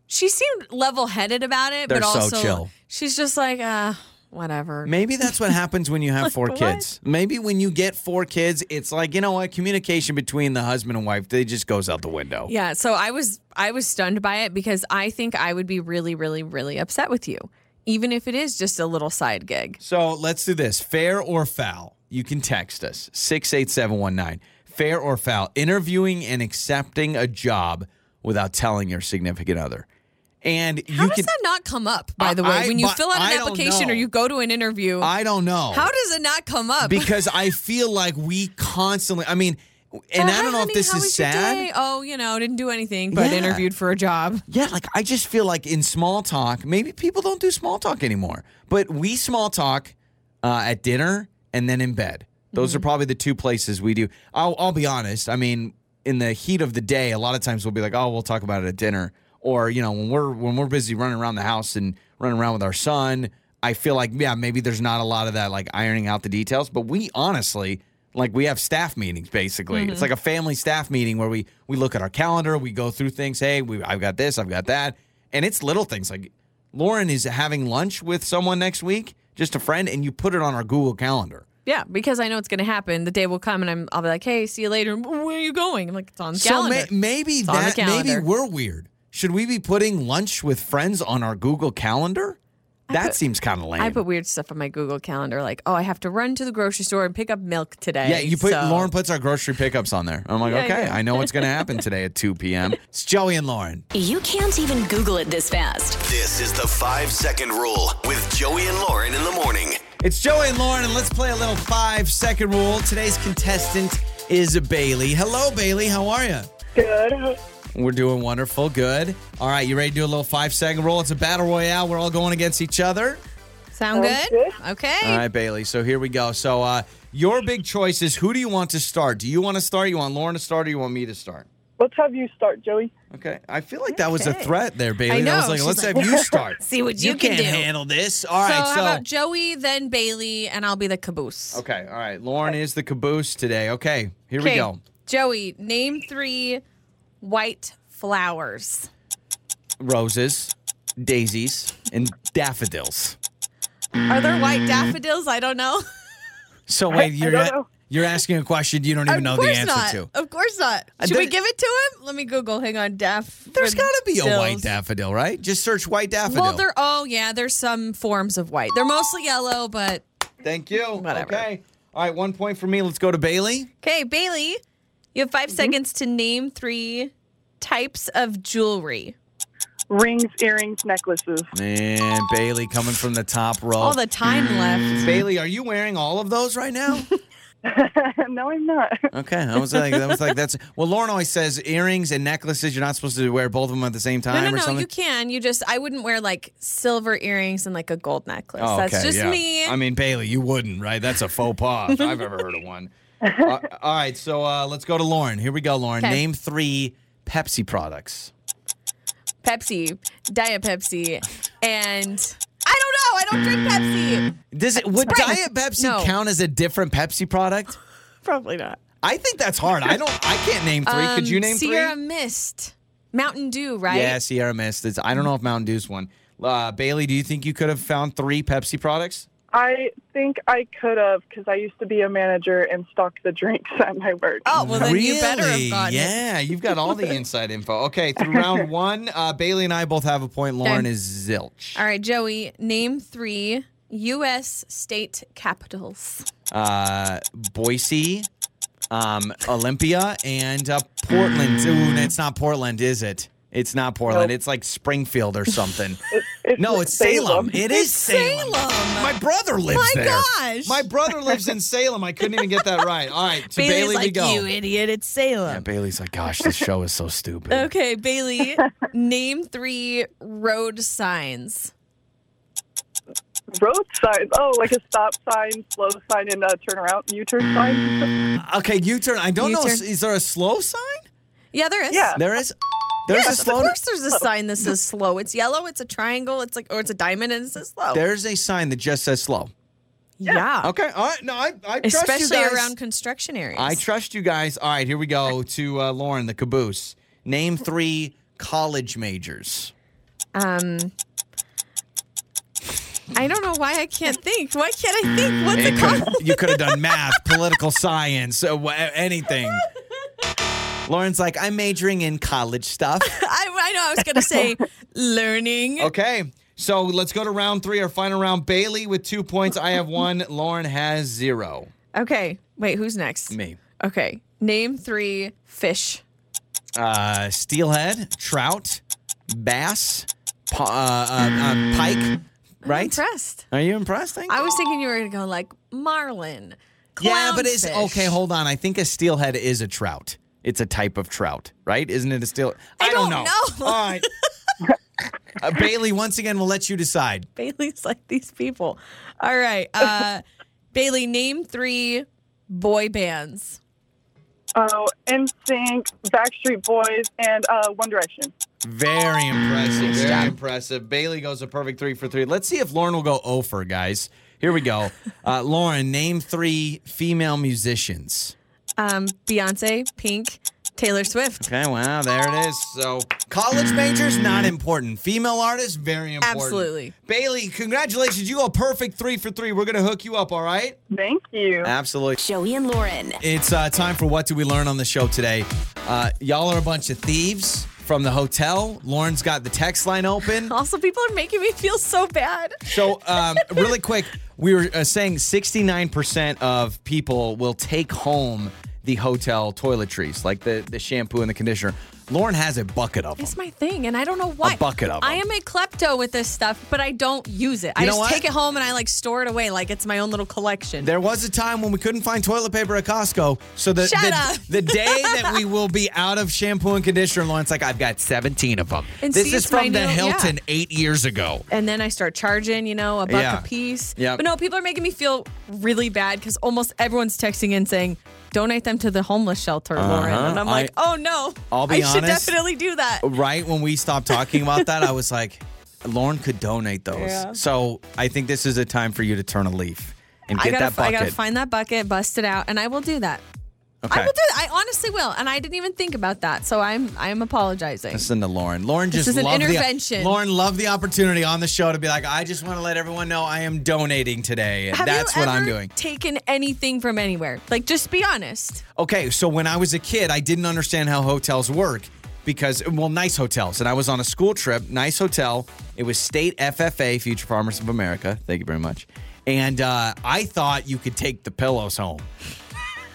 Speaker 3: she seemed level headed about it,
Speaker 2: They're
Speaker 3: but
Speaker 2: so
Speaker 3: also
Speaker 2: chill.
Speaker 3: she's just like, uh, whatever.
Speaker 2: Maybe that's what happens when you have four kids. Maybe when you get four kids, it's like, you know what, communication between the husband and wife, they just goes out the window.
Speaker 3: Yeah, so I was I was stunned by it because I think I would be really, really, really upset with you. Even if it is just a little side gig.
Speaker 2: So let's do this. Fair or foul? You can text us 68719. Fair or foul? Interviewing and accepting a job without telling your significant other. And
Speaker 3: How
Speaker 2: you
Speaker 3: does
Speaker 2: can
Speaker 3: that not come up, by the
Speaker 2: I-
Speaker 3: way?
Speaker 2: I-
Speaker 3: when you
Speaker 2: but
Speaker 3: fill out
Speaker 2: I
Speaker 3: an
Speaker 2: don't
Speaker 3: application or
Speaker 2: know.
Speaker 3: you go to an interview,
Speaker 2: I don't know.
Speaker 3: how does it not come up?
Speaker 2: because I feel like we constantly I mean
Speaker 3: Oh,
Speaker 2: and I
Speaker 3: hi,
Speaker 2: don't know
Speaker 3: honey,
Speaker 2: if this
Speaker 3: how
Speaker 2: is
Speaker 3: was your
Speaker 2: sad.
Speaker 3: day? Oh, you know, didn't do anything, but
Speaker 2: Yeah.
Speaker 3: interviewed for a job.
Speaker 2: Yeah, like I just feel like in small talk, maybe people don't do small talk anymore, but we small talk uh, at dinner and then in bed. Those are probably the two places we do. I'll, I'll be honest. I mean, in the heat of the day, a lot of times we'll be like, "Oh, we'll talk about it at dinner," or you know, when we're when we're busy running around the house and running around with our son. I feel like yeah, maybe there's not a lot of that like ironing out the details, but we honestly like we have staff meetings basically
Speaker 3: Mm-hmm.
Speaker 2: it's like a family staff meeting where we we look at our calendar we go through things hey we, i've got this i've got that and it's little things like lauren is having lunch with someone next week just a friend and you put it on our google calendar
Speaker 3: Yeah, because I know it's going to happen. The day will come, and I'm, I'll be like, "Hey, see you later." Where are you going? I'm like, "It's on the
Speaker 2: so
Speaker 3: calendar."
Speaker 2: may, maybe
Speaker 3: on the
Speaker 2: that maybe
Speaker 3: calendar.
Speaker 2: we're weird should we be putting lunch with friends on our google calendar that seems kind of lame
Speaker 3: I put weird stuff on my Google Calendar, like, "Oh, I have to run to the grocery store and pick up milk today."
Speaker 2: Yeah, you put
Speaker 3: so-
Speaker 2: Lauren puts our grocery pickups on there. I'm like,
Speaker 3: Yeah,
Speaker 2: okay,
Speaker 3: yeah.
Speaker 2: I know what's going to happen today at 2 p.m. It's Joey and Lauren.
Speaker 1: You can't even Google it this fast.
Speaker 4: This is the five second rule with Joey and Lauren in the morning.
Speaker 2: It's Joey and Lauren, and let's play a little five second rule. Today's contestant is Bailey. Hello, Bailey. How are you?
Speaker 7: Good.
Speaker 2: We're doing wonderful. Good. All right, you ready to do a little five second rule? It's a battle royale. We're all going against each other.
Speaker 3: Sound good? Okay.
Speaker 2: All right, Bailey. So here we go. So uh, your big choice is who do you want to start? Do you want to start? You want Lauren to start, or you want me to start?
Speaker 7: Let's have you start, Joey.
Speaker 2: Okay, I feel like that was a threat there, Bailey.
Speaker 3: I
Speaker 2: That was
Speaker 3: know.
Speaker 2: like,
Speaker 3: She's
Speaker 2: let's
Speaker 3: like,
Speaker 2: have you start.
Speaker 3: See what you
Speaker 2: can't
Speaker 3: can do.
Speaker 2: handle this. All
Speaker 3: so,
Speaker 2: right,
Speaker 3: how about Joey, then Bailey, and I'll be the caboose.
Speaker 2: okay, all right. Lauren is the caboose today. Okay, here we
Speaker 3: Okay.
Speaker 2: go.
Speaker 3: Joey, name three white flowers.
Speaker 2: roses, daisies, and daffodils.
Speaker 3: Are there
Speaker 2: Mm.
Speaker 3: white daffodils? I don't know.
Speaker 2: So wait, you're
Speaker 7: don't know.
Speaker 2: you're asking a question you don't even know
Speaker 3: of
Speaker 2: the
Speaker 3: course
Speaker 2: answer
Speaker 3: not.
Speaker 2: to.
Speaker 3: Of course not.
Speaker 2: Uh,
Speaker 3: Should we
Speaker 2: there-
Speaker 3: give it to him? Let me Google. Hang on, daff.
Speaker 2: There's got to be a white daffodil, right? Just search white daffodil.
Speaker 3: Well, there. Oh yeah, there's some forms of white. They're mostly yellow, but
Speaker 2: Thank you.
Speaker 3: Whatever.
Speaker 2: Okay. All right, one point for me. Let's go to Bailey.
Speaker 3: okay. Bailey, you have
Speaker 2: Mm-hmm.
Speaker 3: 5 seconds to name three types of jewelry.
Speaker 7: Rings, earrings, necklaces.
Speaker 2: Man, Bailey coming from the top row.
Speaker 3: All the time
Speaker 2: Mm.
Speaker 3: left.
Speaker 2: Bailey, are you wearing all of those right now?
Speaker 7: no, I'm not.
Speaker 2: okay, I was like, I was like, that's well. Lauren always says earrings and necklaces. You're not supposed to wear both of them at the same
Speaker 3: No,
Speaker 2: time
Speaker 3: no,
Speaker 2: or
Speaker 3: no.
Speaker 2: something.
Speaker 3: You can. You just. I wouldn't wear like silver earrings and like a gold necklace.
Speaker 2: Oh,
Speaker 3: That's just
Speaker 2: yeah.
Speaker 3: me.
Speaker 2: I mean, Bailey, you wouldn't, right? That's a faux pas if I've ever heard of one. Uh, all right, so uh, let's go to Lauren. Here we go, Lauren.
Speaker 3: 'Kay.
Speaker 2: Name three Pepsi products.
Speaker 3: Pepsi, Diet Pepsi, and I don't know. I don't drink Pepsi.
Speaker 2: Does it would
Speaker 3: Sprite.
Speaker 2: Diet Pepsi
Speaker 3: No.
Speaker 2: count as a different Pepsi product?
Speaker 3: Probably not.
Speaker 2: I think that's hard. I don't. I can't name three. Could you name
Speaker 3: Um, Sierra
Speaker 2: three?
Speaker 3: Mist, Mountain Dew, right?
Speaker 2: Yeah, Sierra Mist. It's, I don't know if Mountain Dew's one. Uh, Bailey, do you think you could have found three Pepsi products?
Speaker 8: I think I could have because I used to be a manager and stocked the drinks at my work.
Speaker 3: Oh well, then
Speaker 2: really?
Speaker 3: you better have gotten it.
Speaker 2: Yeah, you've got all the inside info. Okay, through round one, uh, Bailey and I both have a point. Lauren is zilch.
Speaker 3: All right, Joey, name three U.S. state capitals.
Speaker 2: uh, Boise, um, Olympia, and uh, Portland. Ooh, that's not Portland, is it? It's not Portland. It's like Springfield or something.
Speaker 8: It,
Speaker 2: No, it's Salem. It is Salem. My brother lives
Speaker 3: My
Speaker 2: there.
Speaker 3: gosh.
Speaker 9: My brother lives in Salem. I couldn't even get that right. All right, to
Speaker 3: Bailey's
Speaker 9: Bailey we
Speaker 3: like,
Speaker 9: go.
Speaker 3: you idiot, it's
Speaker 2: Yeah,
Speaker 3: Salem.
Speaker 2: Bailey's like, gosh, this show is so stupid.
Speaker 3: okay, Bailey, name three road signs.
Speaker 8: Road signs. Oh, like a stop sign, slow sign, and a turnaround, U-turn
Speaker 2: Mm.
Speaker 8: sign.
Speaker 9: Okay, U turn. I don't know.
Speaker 3: U-turn.
Speaker 9: Is there a slow sign?
Speaker 3: Yeah, there is.
Speaker 8: Yeah.
Speaker 2: There is there's
Speaker 3: Yes,
Speaker 2: a slow
Speaker 3: of course there's a sign that says slow. It's yellow, it's a triangle, it's like or it's a diamond and it says slow.
Speaker 2: there's a sign that just says slow.
Speaker 3: yeah.
Speaker 2: Okay, all right. No, I, I trust you
Speaker 3: Especially
Speaker 2: guys.
Speaker 3: around construction areas.
Speaker 2: I trust you guys. All right, here we go to uh, Lauren the caboose. Name three college majors.
Speaker 3: um I don't know why I can't think. Why can't I think? What's it called?
Speaker 2: you could have done math, political science, uh, wha- anything. Lauren's like, I'm majoring in college stuff.
Speaker 3: I, I know I was gonna say
Speaker 2: Oh,
Speaker 3: learning.
Speaker 2: Okay. So let's go to round three, our final round. Bailey with two points. I have one. Lauren has zero.
Speaker 3: Okay. Wait, who's next?
Speaker 2: Me.
Speaker 3: Okay. Name three fish.
Speaker 2: Uh, steelhead, trout, bass, pa- uh, uh, uh, pike, right?
Speaker 3: Mm-hmm. Impressed.
Speaker 2: Are you impressed? Thank
Speaker 3: I was thinking you were gonna go like marlin.
Speaker 2: yeah, but it's
Speaker 3: clownfish.
Speaker 2: okay. Hold on. I think a steelhead is a trout. It's a type of trout, right? Isn't it a steel? I,
Speaker 3: don't know.
Speaker 2: All right. Uh, Bailey, once again, we'll let you decide.
Speaker 3: Bailey's like these people. All right. Uh Bailey, name three boy bands.
Speaker 8: Oh, NSYNC, Backstreet Boys, and uh, One Direction.
Speaker 2: Very impressive. Very impressive. Bailey goes a perfect three for three. Let's see if Lauren will go over, guys. Here we go. Uh, Lauren, name three female musicians.
Speaker 3: Um, Beyonce, Pink, Taylor Swift.
Speaker 2: Okay, wow, there it is. So, college majors, not important. Female artists, very important.
Speaker 3: Absolutely.
Speaker 2: Bailey, congratulations. You go perfect three for three. We're going to hook you up, all right?
Speaker 8: Thank you.
Speaker 2: Absolutely.
Speaker 1: Joey and Lauren.
Speaker 2: It's uh, time for what do we learn on the show today? Uh, y'all are a bunch of thieves from the hotel. Lauren's got the text line open.
Speaker 3: Also, people are making me feel so bad.
Speaker 2: So, um, really quick, we were uh, saying 69% of people will take home the hotel toiletries, like the, the shampoo and the conditioner. Lauren has a bucket of them.
Speaker 3: It's my thing, and I don't know why.
Speaker 2: A bucket of
Speaker 3: I am a klepto with this stuff, but I don't use it. I
Speaker 2: You know
Speaker 3: just
Speaker 2: what?
Speaker 3: take it home and I like store it away like it's my own little collection.
Speaker 2: There was a time when we couldn't find toilet paper at Costco. So the
Speaker 3: Shut
Speaker 2: the,
Speaker 3: up.
Speaker 2: the day that we will be out of shampoo and conditioner, Lauren's like, I've got 17 of them.
Speaker 3: And
Speaker 2: this
Speaker 3: see,
Speaker 2: is
Speaker 3: it's my
Speaker 2: from the
Speaker 3: new- yeah.
Speaker 2: Hilton eight years ago.
Speaker 3: and then I start charging, you know, a buck
Speaker 2: Yeah.
Speaker 3: a piece.
Speaker 2: Yep.
Speaker 3: But no, people are making me feel really bad because almost everyone's texting in saying, donate them to the homeless shelter, Lauren.
Speaker 2: Uh-huh.
Speaker 3: And I'm
Speaker 2: I-
Speaker 3: like, oh no.
Speaker 2: I'll be
Speaker 3: I should
Speaker 2: honest. Oh,
Speaker 3: definitely do that.
Speaker 2: right when we stopped talking about that, I was like, Lauren could donate those.
Speaker 3: Yeah.
Speaker 2: So I think this is a time for you to turn a leaf and
Speaker 3: I
Speaker 2: get
Speaker 3: gotta,
Speaker 2: that
Speaker 3: f- I
Speaker 2: bucket.
Speaker 3: gotta find that bucket, bust it out, and I will do that.
Speaker 2: okay.
Speaker 3: I will do that. I honestly will, and I didn't even think about that, so I'm I'm apologizing.
Speaker 2: Listen to Lauren. Lauren just
Speaker 3: is an
Speaker 2: loved
Speaker 3: intervention.
Speaker 2: the Lauren loved the opportunity on the show to be like, I just want to let everyone know I am donating today.
Speaker 3: Have
Speaker 2: That's
Speaker 3: you
Speaker 2: what
Speaker 3: ever
Speaker 2: I'm doing.
Speaker 3: Taken anything from anywhere? Like, just be honest.
Speaker 2: Okay, so when I was a kid, I didn't understand how hotels work because, well, nice hotels. And I was on a school trip, nice hotel. It was state FFA, Future Farmers of America. Thank you very much. And uh, I thought you could take the pillows home.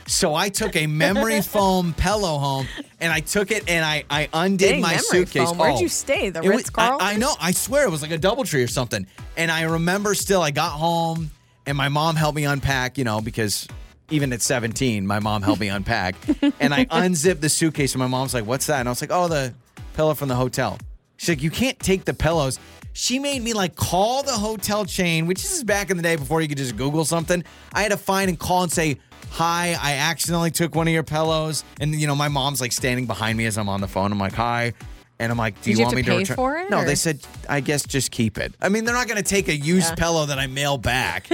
Speaker 2: So I took a memory foam pillow home and I took it and I, I undid
Speaker 3: Dang,
Speaker 2: my
Speaker 3: memory
Speaker 2: suitcase. Oh,
Speaker 3: foam. Where'd you stay? The
Speaker 2: it was-
Speaker 3: Ritz Carlton?
Speaker 2: I, I know. I swear it was like a double tree or something. And I remember still, I got home and my mom helped me unpack, you know, because even at 17, my mom helped me unpack. and I unzipped the suitcase and my mom's like, what's that? And I was like, oh, the pillow from the hotel. She's like, you can't take the pillows. She made me like call the hotel chain, which is back in the day before you could just Google something. I had to find and call and say, hi, I accidentally took one of your pillows. And, you know, my mom's like standing behind me as I'm on the phone. I'm like, hi. And I'm like, do
Speaker 3: Did
Speaker 2: you,
Speaker 3: you
Speaker 2: want
Speaker 3: have
Speaker 2: me
Speaker 3: to
Speaker 2: to
Speaker 3: pay
Speaker 2: return?
Speaker 3: for it,
Speaker 2: no, they
Speaker 3: or-
Speaker 2: said, I guess just keep it. I mean, they're not going to take a used pillow that I mail back,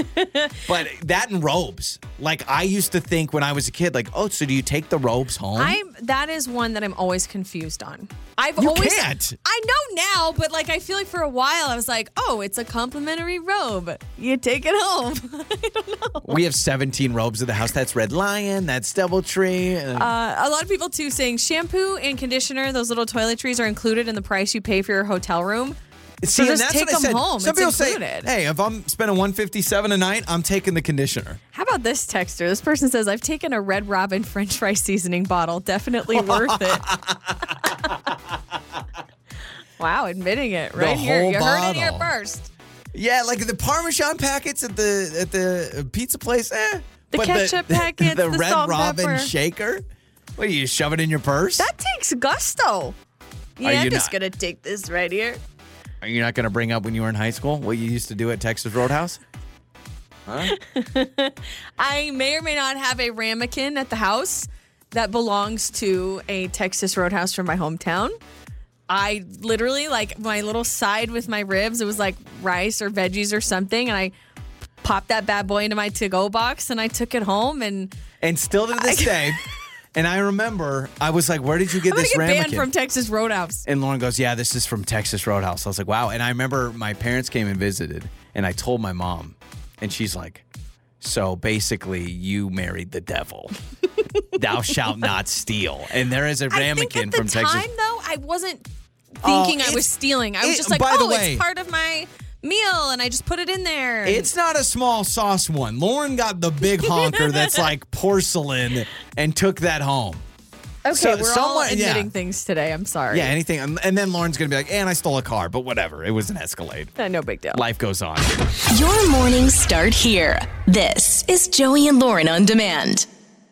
Speaker 2: but that and robes. Like I used to think when I was a kid, like, oh, so do you take the robes home?
Speaker 3: I'm that is one that I'm always confused on. I've
Speaker 2: You
Speaker 3: always
Speaker 2: can't.
Speaker 3: I know now, but like I feel like for a while I was like, oh, it's a complimentary robe. You take it home.
Speaker 2: we have 17 robes at the house. That's Red Lion. That's DoubleTree. and-
Speaker 3: Uh, a lot of people too saying shampoo and conditioner, those little toiletries are included in the price you pay for your hotel room.
Speaker 2: See,
Speaker 3: just take them home.
Speaker 2: Some
Speaker 3: It's
Speaker 2: people
Speaker 3: included.
Speaker 2: say, hey, if I'm spending 157 a night, I'm taking the conditioner.
Speaker 3: How about this texter? This person says, I've taken a Red Robin French fry seasoning bottle. Definitely worth it. Wow, admitting it right
Speaker 9: The
Speaker 3: here.
Speaker 9: whole
Speaker 3: You heard it here
Speaker 9: bottle.
Speaker 3: first.
Speaker 2: Yeah, like the Parmesan packets at the at the pizza place. Eh.
Speaker 3: The ketchup packets,
Speaker 2: the,
Speaker 3: the
Speaker 2: Red
Speaker 3: salt and
Speaker 2: Robin
Speaker 3: pepper.
Speaker 2: shaker. What do you shove it in your purse?
Speaker 3: That takes gusto. Yeah,
Speaker 2: Are
Speaker 3: I'm
Speaker 2: you
Speaker 3: just
Speaker 2: not?
Speaker 3: gonna take this right here.
Speaker 2: Are you not going to bring up when you were in high school what you used to do at Texas Roadhouse? Huh?
Speaker 3: I may or may not have a ramekin at the house that belongs to a Texas Roadhouse from my hometown. I literally like my little side with my ribs. It was like rice or veggies or something, and I popped that bad boy into my to-go box and I took it home. And
Speaker 2: And still to this day, and I remember I was like, "Where did you get
Speaker 3: I'm gonna
Speaker 2: this
Speaker 3: get banned
Speaker 2: ramekin?"
Speaker 3: from Texas Roadhouse.
Speaker 2: and Lauren goes, "Yeah, this is from Texas Roadhouse." I was like, "Wow!" And I remember my parents came and visited, and I told my mom, and she's like, "So basically, you married the devil. Thou shalt not steal." And there is a
Speaker 3: I think
Speaker 2: ramekin
Speaker 3: at the
Speaker 2: from
Speaker 3: time,
Speaker 2: Texas. Oh,
Speaker 3: though, I wasn't thinking I
Speaker 2: it's-
Speaker 3: was stealing. I was
Speaker 2: it-
Speaker 3: just like,
Speaker 2: by the
Speaker 3: oh,
Speaker 2: way-
Speaker 3: it's part of my meal, and I just put it in there.
Speaker 2: It's not a small sauce one. Lauren got the big honker that's like porcelain and took that home.
Speaker 3: okay,
Speaker 2: so-
Speaker 3: we're all
Speaker 2: someone- yeah.
Speaker 3: admitting things today. I'm sorry.
Speaker 2: Yeah, anything. And and then Lauren's going to be like, and I stole a car, but whatever. It was an Escalade.
Speaker 3: Uh, no big deal.
Speaker 2: Life goes on.
Speaker 1: Your mornings start here. This is Joey and Lauren on demand.